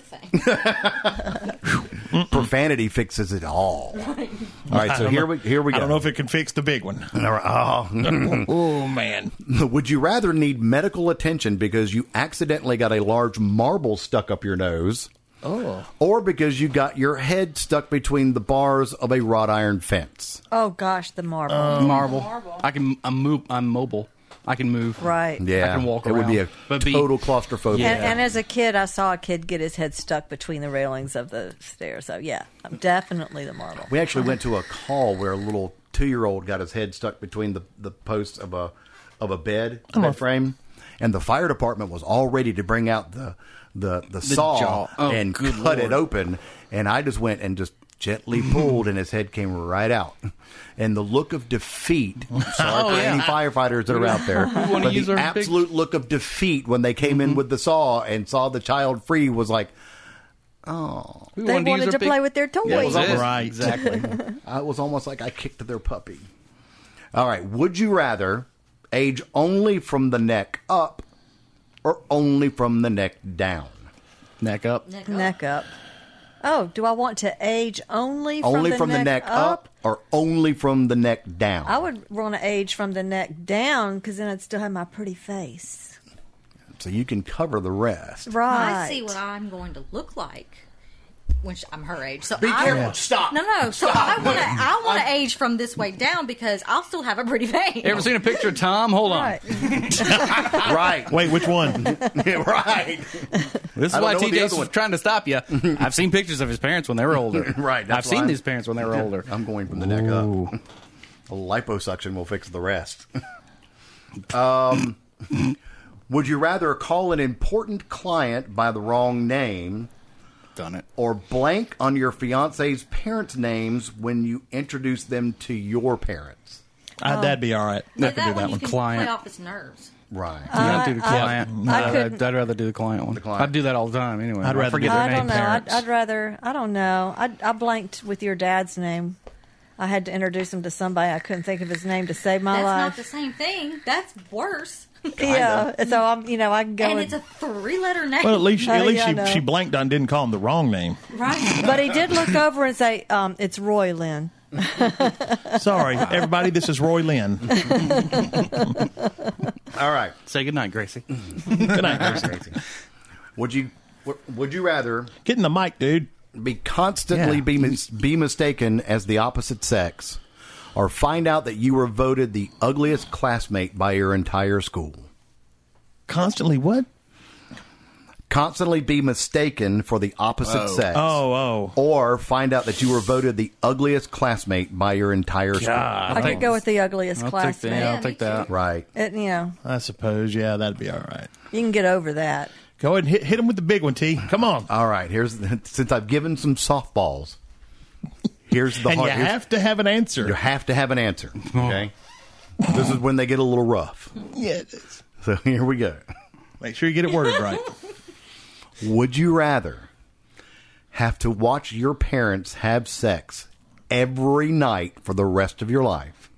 E: thing.
A: profanity fixes it all. All right, so here we here we go.
B: I don't know if it can fix the big one.
A: All right, oh.
B: Oh man,
A: Would you rather need medical attention because you accidentally got a large marble stuck up your nose?
B: Oh.
A: Or because you got your head stuck between the bars of a wrought iron fence?
D: Oh gosh, the marble.
C: Marble.
E: Marble.
C: I can. I'm move. I'm mobile. I can move.
D: right.
A: Yeah,
C: I can walk
A: It would be a
C: around, but be-
A: total claustrophobia.
D: And, and as a kid, I saw a kid get his head stuck between the railings of the stairs. So yeah, I'm definitely the marble.
A: we actually went to a call where a little two-year-old got his head stuck between the, the posts of a of a bed,
C: Oh,
A: bed frame, and the fire department was all ready to bring out the the the, saw
C: jaw. Oh,
A: and
C: good
A: cut
C: Lord.
A: it open, and I just went and just gently pulled, and his head came right out. And the look of defeat. Sorry for any firefighters that are out there,
C: Oh, wanna
A: but
C: use
A: the
C: our big- Mm-hmm.
A: absolute look of defeat when they came in with the saw and saw the child free was like,
C: We
D: They wanted
C: use
D: to
C: our big-
D: play with their toys.
A: Yeah, it was almost,
B: Right.
A: Exactly. I was almost like I kicked their puppy. All right. Would you rather age only from the neck up or only from the neck down?
C: neck up.
E: Neck up.
D: neck up. Oh, do I want to age only from
A: only
D: the
A: from
D: neck
A: the neck up? or only from the neck down?
D: I would want to age from the neck down because then I'd still have my pretty face.
A: So you can cover the rest.
D: Right.
F: I see what I'm going to look like when sh- I'm her age. So
A: Be
F: I,
A: careful. Stop.
F: No, no. So I want to. I want to age from this way down because I'll still have a pretty face.
C: Ever seen a picture of Tom? Hold on.
D: Right.
A: Right.
B: Wait, which one?
A: right.
C: This
A: I
C: is
A: don't
C: why
A: know what the
C: TJ's
A: other one-
C: trying to stop you. I've seen pictures of his parents when they were older.
A: Right, that's
C: I've
A: why
C: seen
A: I'm-
C: these parents when they were older.
A: I'm going from the neck up. A liposuction will fix the rest. um, would you rather call an important client by the wrong name
C: Done it.
A: or blank on your fiance's parents' names when you introduce them to your parents?
B: I, Ah, that'd be all right. I
F: But
B: could do that
F: you
B: one.
F: can
C: Client.
F: play off his nerves.
A: Right.
C: Yeah, I'd do the client.
D: Uh, I
C: I'd-
D: couldn't-
C: I'd, I'd rather do the client one.
A: client.
C: I'd do that all the time anyway.
B: I'd
C: I
B: rather
C: forget
B: do
C: their
D: I
B: that.
C: name.
D: don't know. I'd,
B: parents.
D: I'd rather. I don't know. I, I blanked with your dad's name. I had to introduce him to somebody. I couldn't think of his name to save my
F: That's not the
D: life.
F: same thing. That's worse.
D: yeah. And So I'm. You know, I can go.
F: and
D: and-
F: it's a three-letter name.
B: Well, at least
D: Oh,
B: at least
D: yeah,
B: she,
D: no.
B: she blanked on didn't call him the wrong name.
F: right.
D: but he did look over and say, um, "It's Roy Lynn."
B: Sorry, everybody. This is Roy Lynn. Good
A: All right.
C: Say goodnight, Gracie.
B: night. Gracie.
A: Would you would you rather
B: Get in the mic, dude.
A: be constantly
C: Yeah.
A: be mis- be mistaken as the opposite sex, or find out that you were voted the ugliest classmate by your entire school.
B: Constantly what?
A: Constantly be mistaken for the opposite sex.
B: Oh, oh.
A: Or find out that you were voted the ugliest classmate by your entire
C: God.
D: I could go with the ugliest
C: I'll take that.
D: classmate.
C: I'll take that.
A: school. Right.
D: It, you know,
B: I suppose. Yeah, that'd be all right.
D: you can get over that.
B: Go ahead and hit, hit him with the big one, T. Come on.
A: All right. Here's since I've given some softballs. Here's the
B: and you
A: hard. here's-
B: have to have an
A: you
B: answer.
A: have to have an answer. Okay. this is when they get a little rough.
B: Yeah, it is.
A: So here we go.
B: Make sure you get it worded right.
A: Would you rather have to watch your parents have sex every night for the rest of your life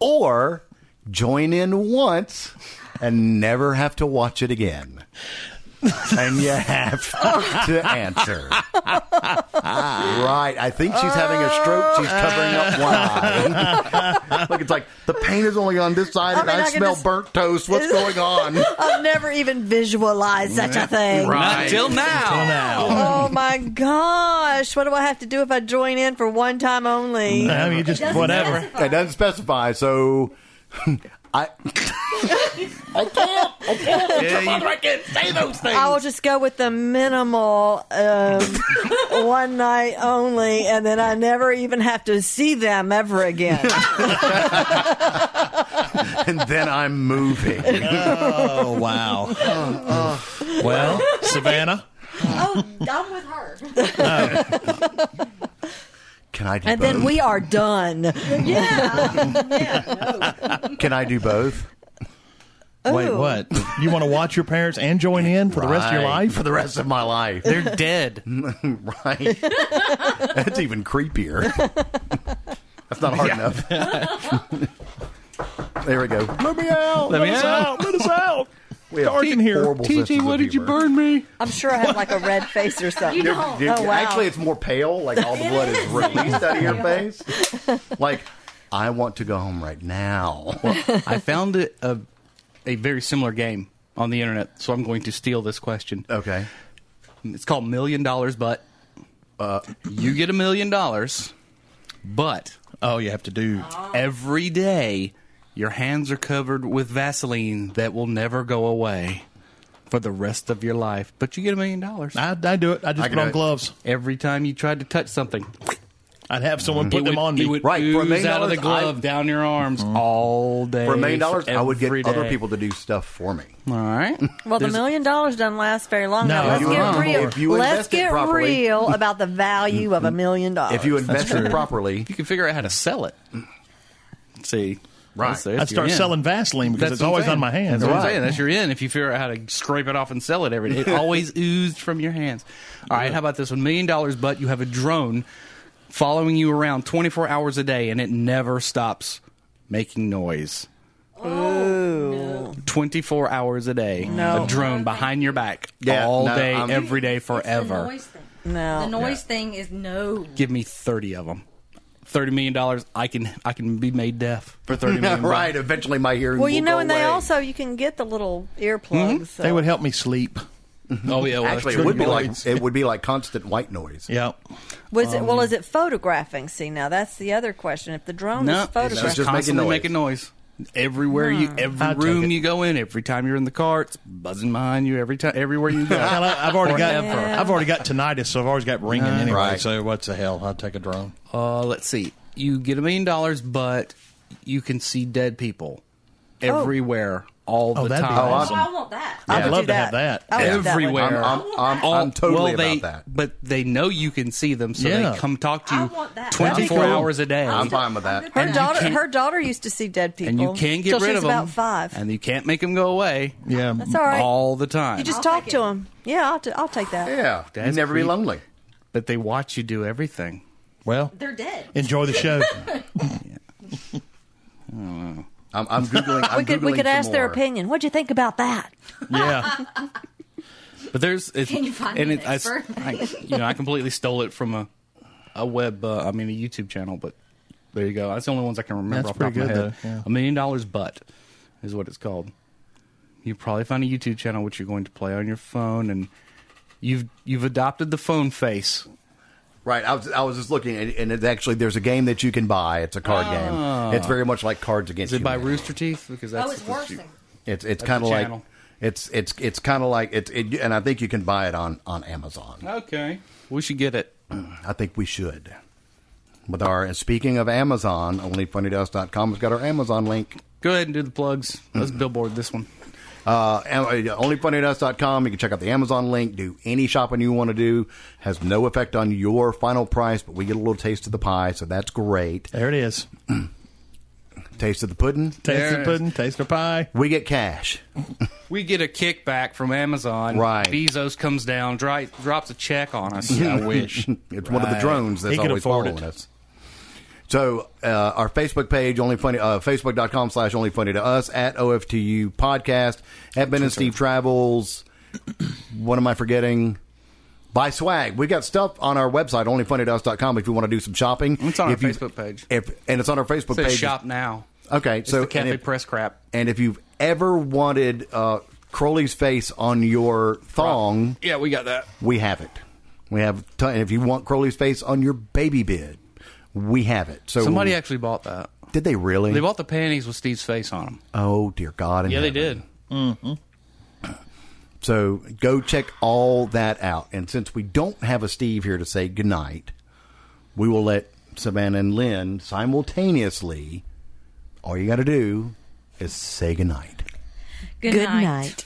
A: or join in once and never have to watch it again? And you have to answer. right. I think she's having a stroke. She's covering up one eye. Look, it's like the paint is only on this side,
D: I
A: and
D: mean,
A: I,
D: I can
A: smell
D: just-
A: burnt toast. What's going on?
D: I've never even visualized such a thing.
C: Not till now.
D: Oh my gosh! What do I have to do if I join in for one time only?
B: I mean, you just
F: doesn't
B: whatever.
F: specify.
A: It doesn't specify, so I. I can't. I can't. Mother, I can't say those things.
D: I will just go with the minimal um, one night only, and then I never even have to see them ever again.
A: and then I'm moving.
B: Oh, wow. well, Savannah.
F: Oh, I'm with her.
A: Can I do
D: And
A: both?
D: then we are done.
A: Can I do both?
B: Wait, what? Oh. You want to watch your parents and join in for the rest of your
A: Right.
B: life? Mm.
A: For the rest of my life.
C: They're dead.
A: right. That's even creepier. That's not hard enough. there we go. Let me out.
C: Let me
B: Let us
C: out.
B: out. Let us out.
A: We have
B: Dark in here.
A: horrible senses
C: TJ,
A: of
C: why did you
A: humor.
C: burn me?
D: I'm sure I have like a red face or something.
F: You
A: You're-
F: don't.
A: you're-
D: Oh, wow.
A: Actually, it's more pale. Like all the blood is released out of your face. Like I want to go home right now.
C: I found it a, a very similar game on the internet, so I'm going to steal this question.
A: Okay.
C: It's called Million Dollars But. uh, you get a million dollars, but
B: Oh, you have to do.
C: every day your hands are covered with Vaseline that will never go away for the rest of your life. But you get a million dollars
B: I, I do it. I just
A: I can
B: put
A: do
B: on
A: it.
B: gloves.
C: every time you tried to touch something.
B: I'd have someone put
C: It
B: them
C: would-
B: on
C: it
B: me.
C: would
A: Right, for a
C: ooze
A: million
C: out of the
A: dollars, I- Mm-hmm.
C: glove down your arms all day.
A: For a million dollars, I would get
C: every
A: other
C: day.
A: people to do stuff for me.
C: All right.
D: Well,
C: There's-
D: the million dollars doesn't last very long.
B: No,
D: now. let's
B: if you
D: get
B: invest-
D: real.
A: if you
D: let's
A: invest it
D: get
A: properly-
D: real about the value of a million dollars.
A: If you invest it
B: Oh, true.
A: properly,
C: You can figure out how to sell it. See,
A: Right.
C: That's- that's
B: I'd start
C: your in.
B: selling Vaseline because
C: That's
B: it's
C: what I'm
B: always
C: saying.
B: on my hands.
C: That's what I'm
A: Right.
C: saying. That's your in. If you figure out how to scrape it off and sell it every day, it always oozed from your hands. All right, how about this one? Million dollars, but you have a drone following you around 24 hours a day, and it never stops making noise.
E: No.
C: 24 hours a day,
D: No.
C: a drone behind your back
A: Yeah,
C: all
A: no,
C: day,
A: I'm-
C: every day,
F: It's the
C: forever.
F: noise thing.
D: No.
F: The noise thing is no.
C: Give me 30 of them. 30 million dollars, I can I can be made deaf for 30 million. bucks.
A: right? Eventually, my hearing.
D: well, you
A: will
D: know,
A: go
D: and they
A: away. Hmm?
D: also you can get the little earplugs. so-
B: They would help me sleep.
C: Oh yeah, well,
A: actually
C: that's
A: it would be
C: true.
A: like it would be like constant white noise.
B: Yeah.
D: Was it
A: Um,
D: well? Is it photographing? See, now that's the other question. If the drone
C: No, it's
D: is
C: just
D: photographing,
A: just
C: constantly
A: making
C: making noise. Everywhere you, every
B: I'll take
C: room
B: it.
C: you go in, every time you're in the car, it's buzzing behind you. Every time, everywhere you go.
B: Hell, I- I've already got
D: Forever.
B: I've already got tinnitus, so I've always got ringing anyway.
A: Right.
B: So what's the hell? I'll take a drone.
C: uh, let's see. You get a million dollars, but you can see dead people everywhere all
B: Oh,
C: the
B: that'd be
C: time.
B: Oh,
A: awesome.
E: I want that.
D: I
B: I'd
D: would
B: love
D: do
B: to have that.
D: I would do that one.
C: Everywhere.
A: I'm, I'm, I'm,
C: All-
A: I'm totally
C: well, they,
A: about that.
C: But they know you can see them, so
B: Yeah.
C: they come talk to
E: I
C: you
E: want that.
C: twenty four
B: That'd be cool.
C: hours a day.
A: I'm fine with that.
D: Her
C: you
D: daughter,
C: can't-
D: her daughter used to see dead people,
C: and you can get
D: till
C: rid
D: she's
C: of them.
D: about five.
C: and you can't make them go away.
B: Yeah.
D: that's all right.
C: all the time.
D: you just
E: I'll
D: talk
E: take
D: to
E: it.
D: them. Yeah, I'll, t- I'll take that.
A: yeah,
C: That's
A: you'd never be
C: creepy.
A: lonely.
C: but they watch you do everything.
B: Well,
E: They're dead.
B: enjoy the show.
A: I'm, I'm googling. I'm
D: we could we
A: Googling
D: could
A: some
D: ask their
A: more.
D: opinion. What'd you think about that?
B: yeah.
C: But there's it's,
E: Can you find
C: and
E: an
C: it- I s-
E: expert?
C: I, you know, I completely stole it from a a web. Uh, I mean, a YouTube channel. But there you go. That's the only ones I can remember
B: That's
C: off the top of
B: pretty
C: my
B: good,
C: head.
B: though, yeah.
C: A million dollars, but is what it's called. You probably find a YouTube channel which you're going to play on your phone, and you've you've adopted the phone face.
A: Right. I was I was just looking, and, and it actually there's a game that you can buy. It's a card game. It's very much like Cards Against.
C: Ah. Is it by
A: Humanity.
C: Rooster Teeth? Because that's
E: Oh, it's
C: what
E: worse
C: you-
E: than.
A: It's it's
C: That's
A: kind of
C: the
A: like
C: channel.
A: it's it's it's kind of like it's it, and I think you can buy it on on Amazon.
C: Okay, we should get it.
A: I think we should. With our and speaking of Amazon, onlyfunnydust.com has got our Amazon link.
C: Go ahead and do the plugs. Let's billboard this one.
A: Uh, am- uh, onlyfunnydust.com. You can check out the Amazon link. Do any shopping you want to do. Has no effect on your final price, but we get a little taste of the pie, so that's great.
B: There it is.
A: Taste of the pudding.
B: Taste
C: There it
B: the
C: is.
B: pudding, taste the pie.
A: We get cash.
C: We get a kickback from Amazon.
A: Right.
C: Bezos comes down, dry, drops a check on us. I wish.
A: It's one of the
B: Right.
A: drones that's
B: He can
A: always
B: afford
A: following
B: it.
A: us. So uh, our Facebook page, only funny, uh, facebook.com slash only funny to us at OFTU podcast at Ben and Steve travels. what am I forgetting? Buy swag. We got stuff on our website, onlyfunnytos.com, if you want to do some shopping.
C: It's on our
A: If you-
C: Facebook page.
A: If, and it's on our Facebook
C: Says
A: page.
C: shop now.
A: Okay,
C: It's
A: so
C: the cafe
A: and if-
C: press crap.
A: And if you've ever wanted uh, Crowley's face on your thong,
C: Yeah, we got that.
A: we have it. We have. T- and if you want Crowley's face on your baby bid, we have it. So
C: Somebody actually bought that.
A: did they really?
C: They bought the panties with Steve's face on them.
A: oh dear God! in
C: Yeah, they
A: heaven.
C: did.
A: So go check all that out. And since we don't have a Steve here to say goodnight, we will let Savannah and Lynn simultaneously. All you got to do is say goodnight.
F: Good, night.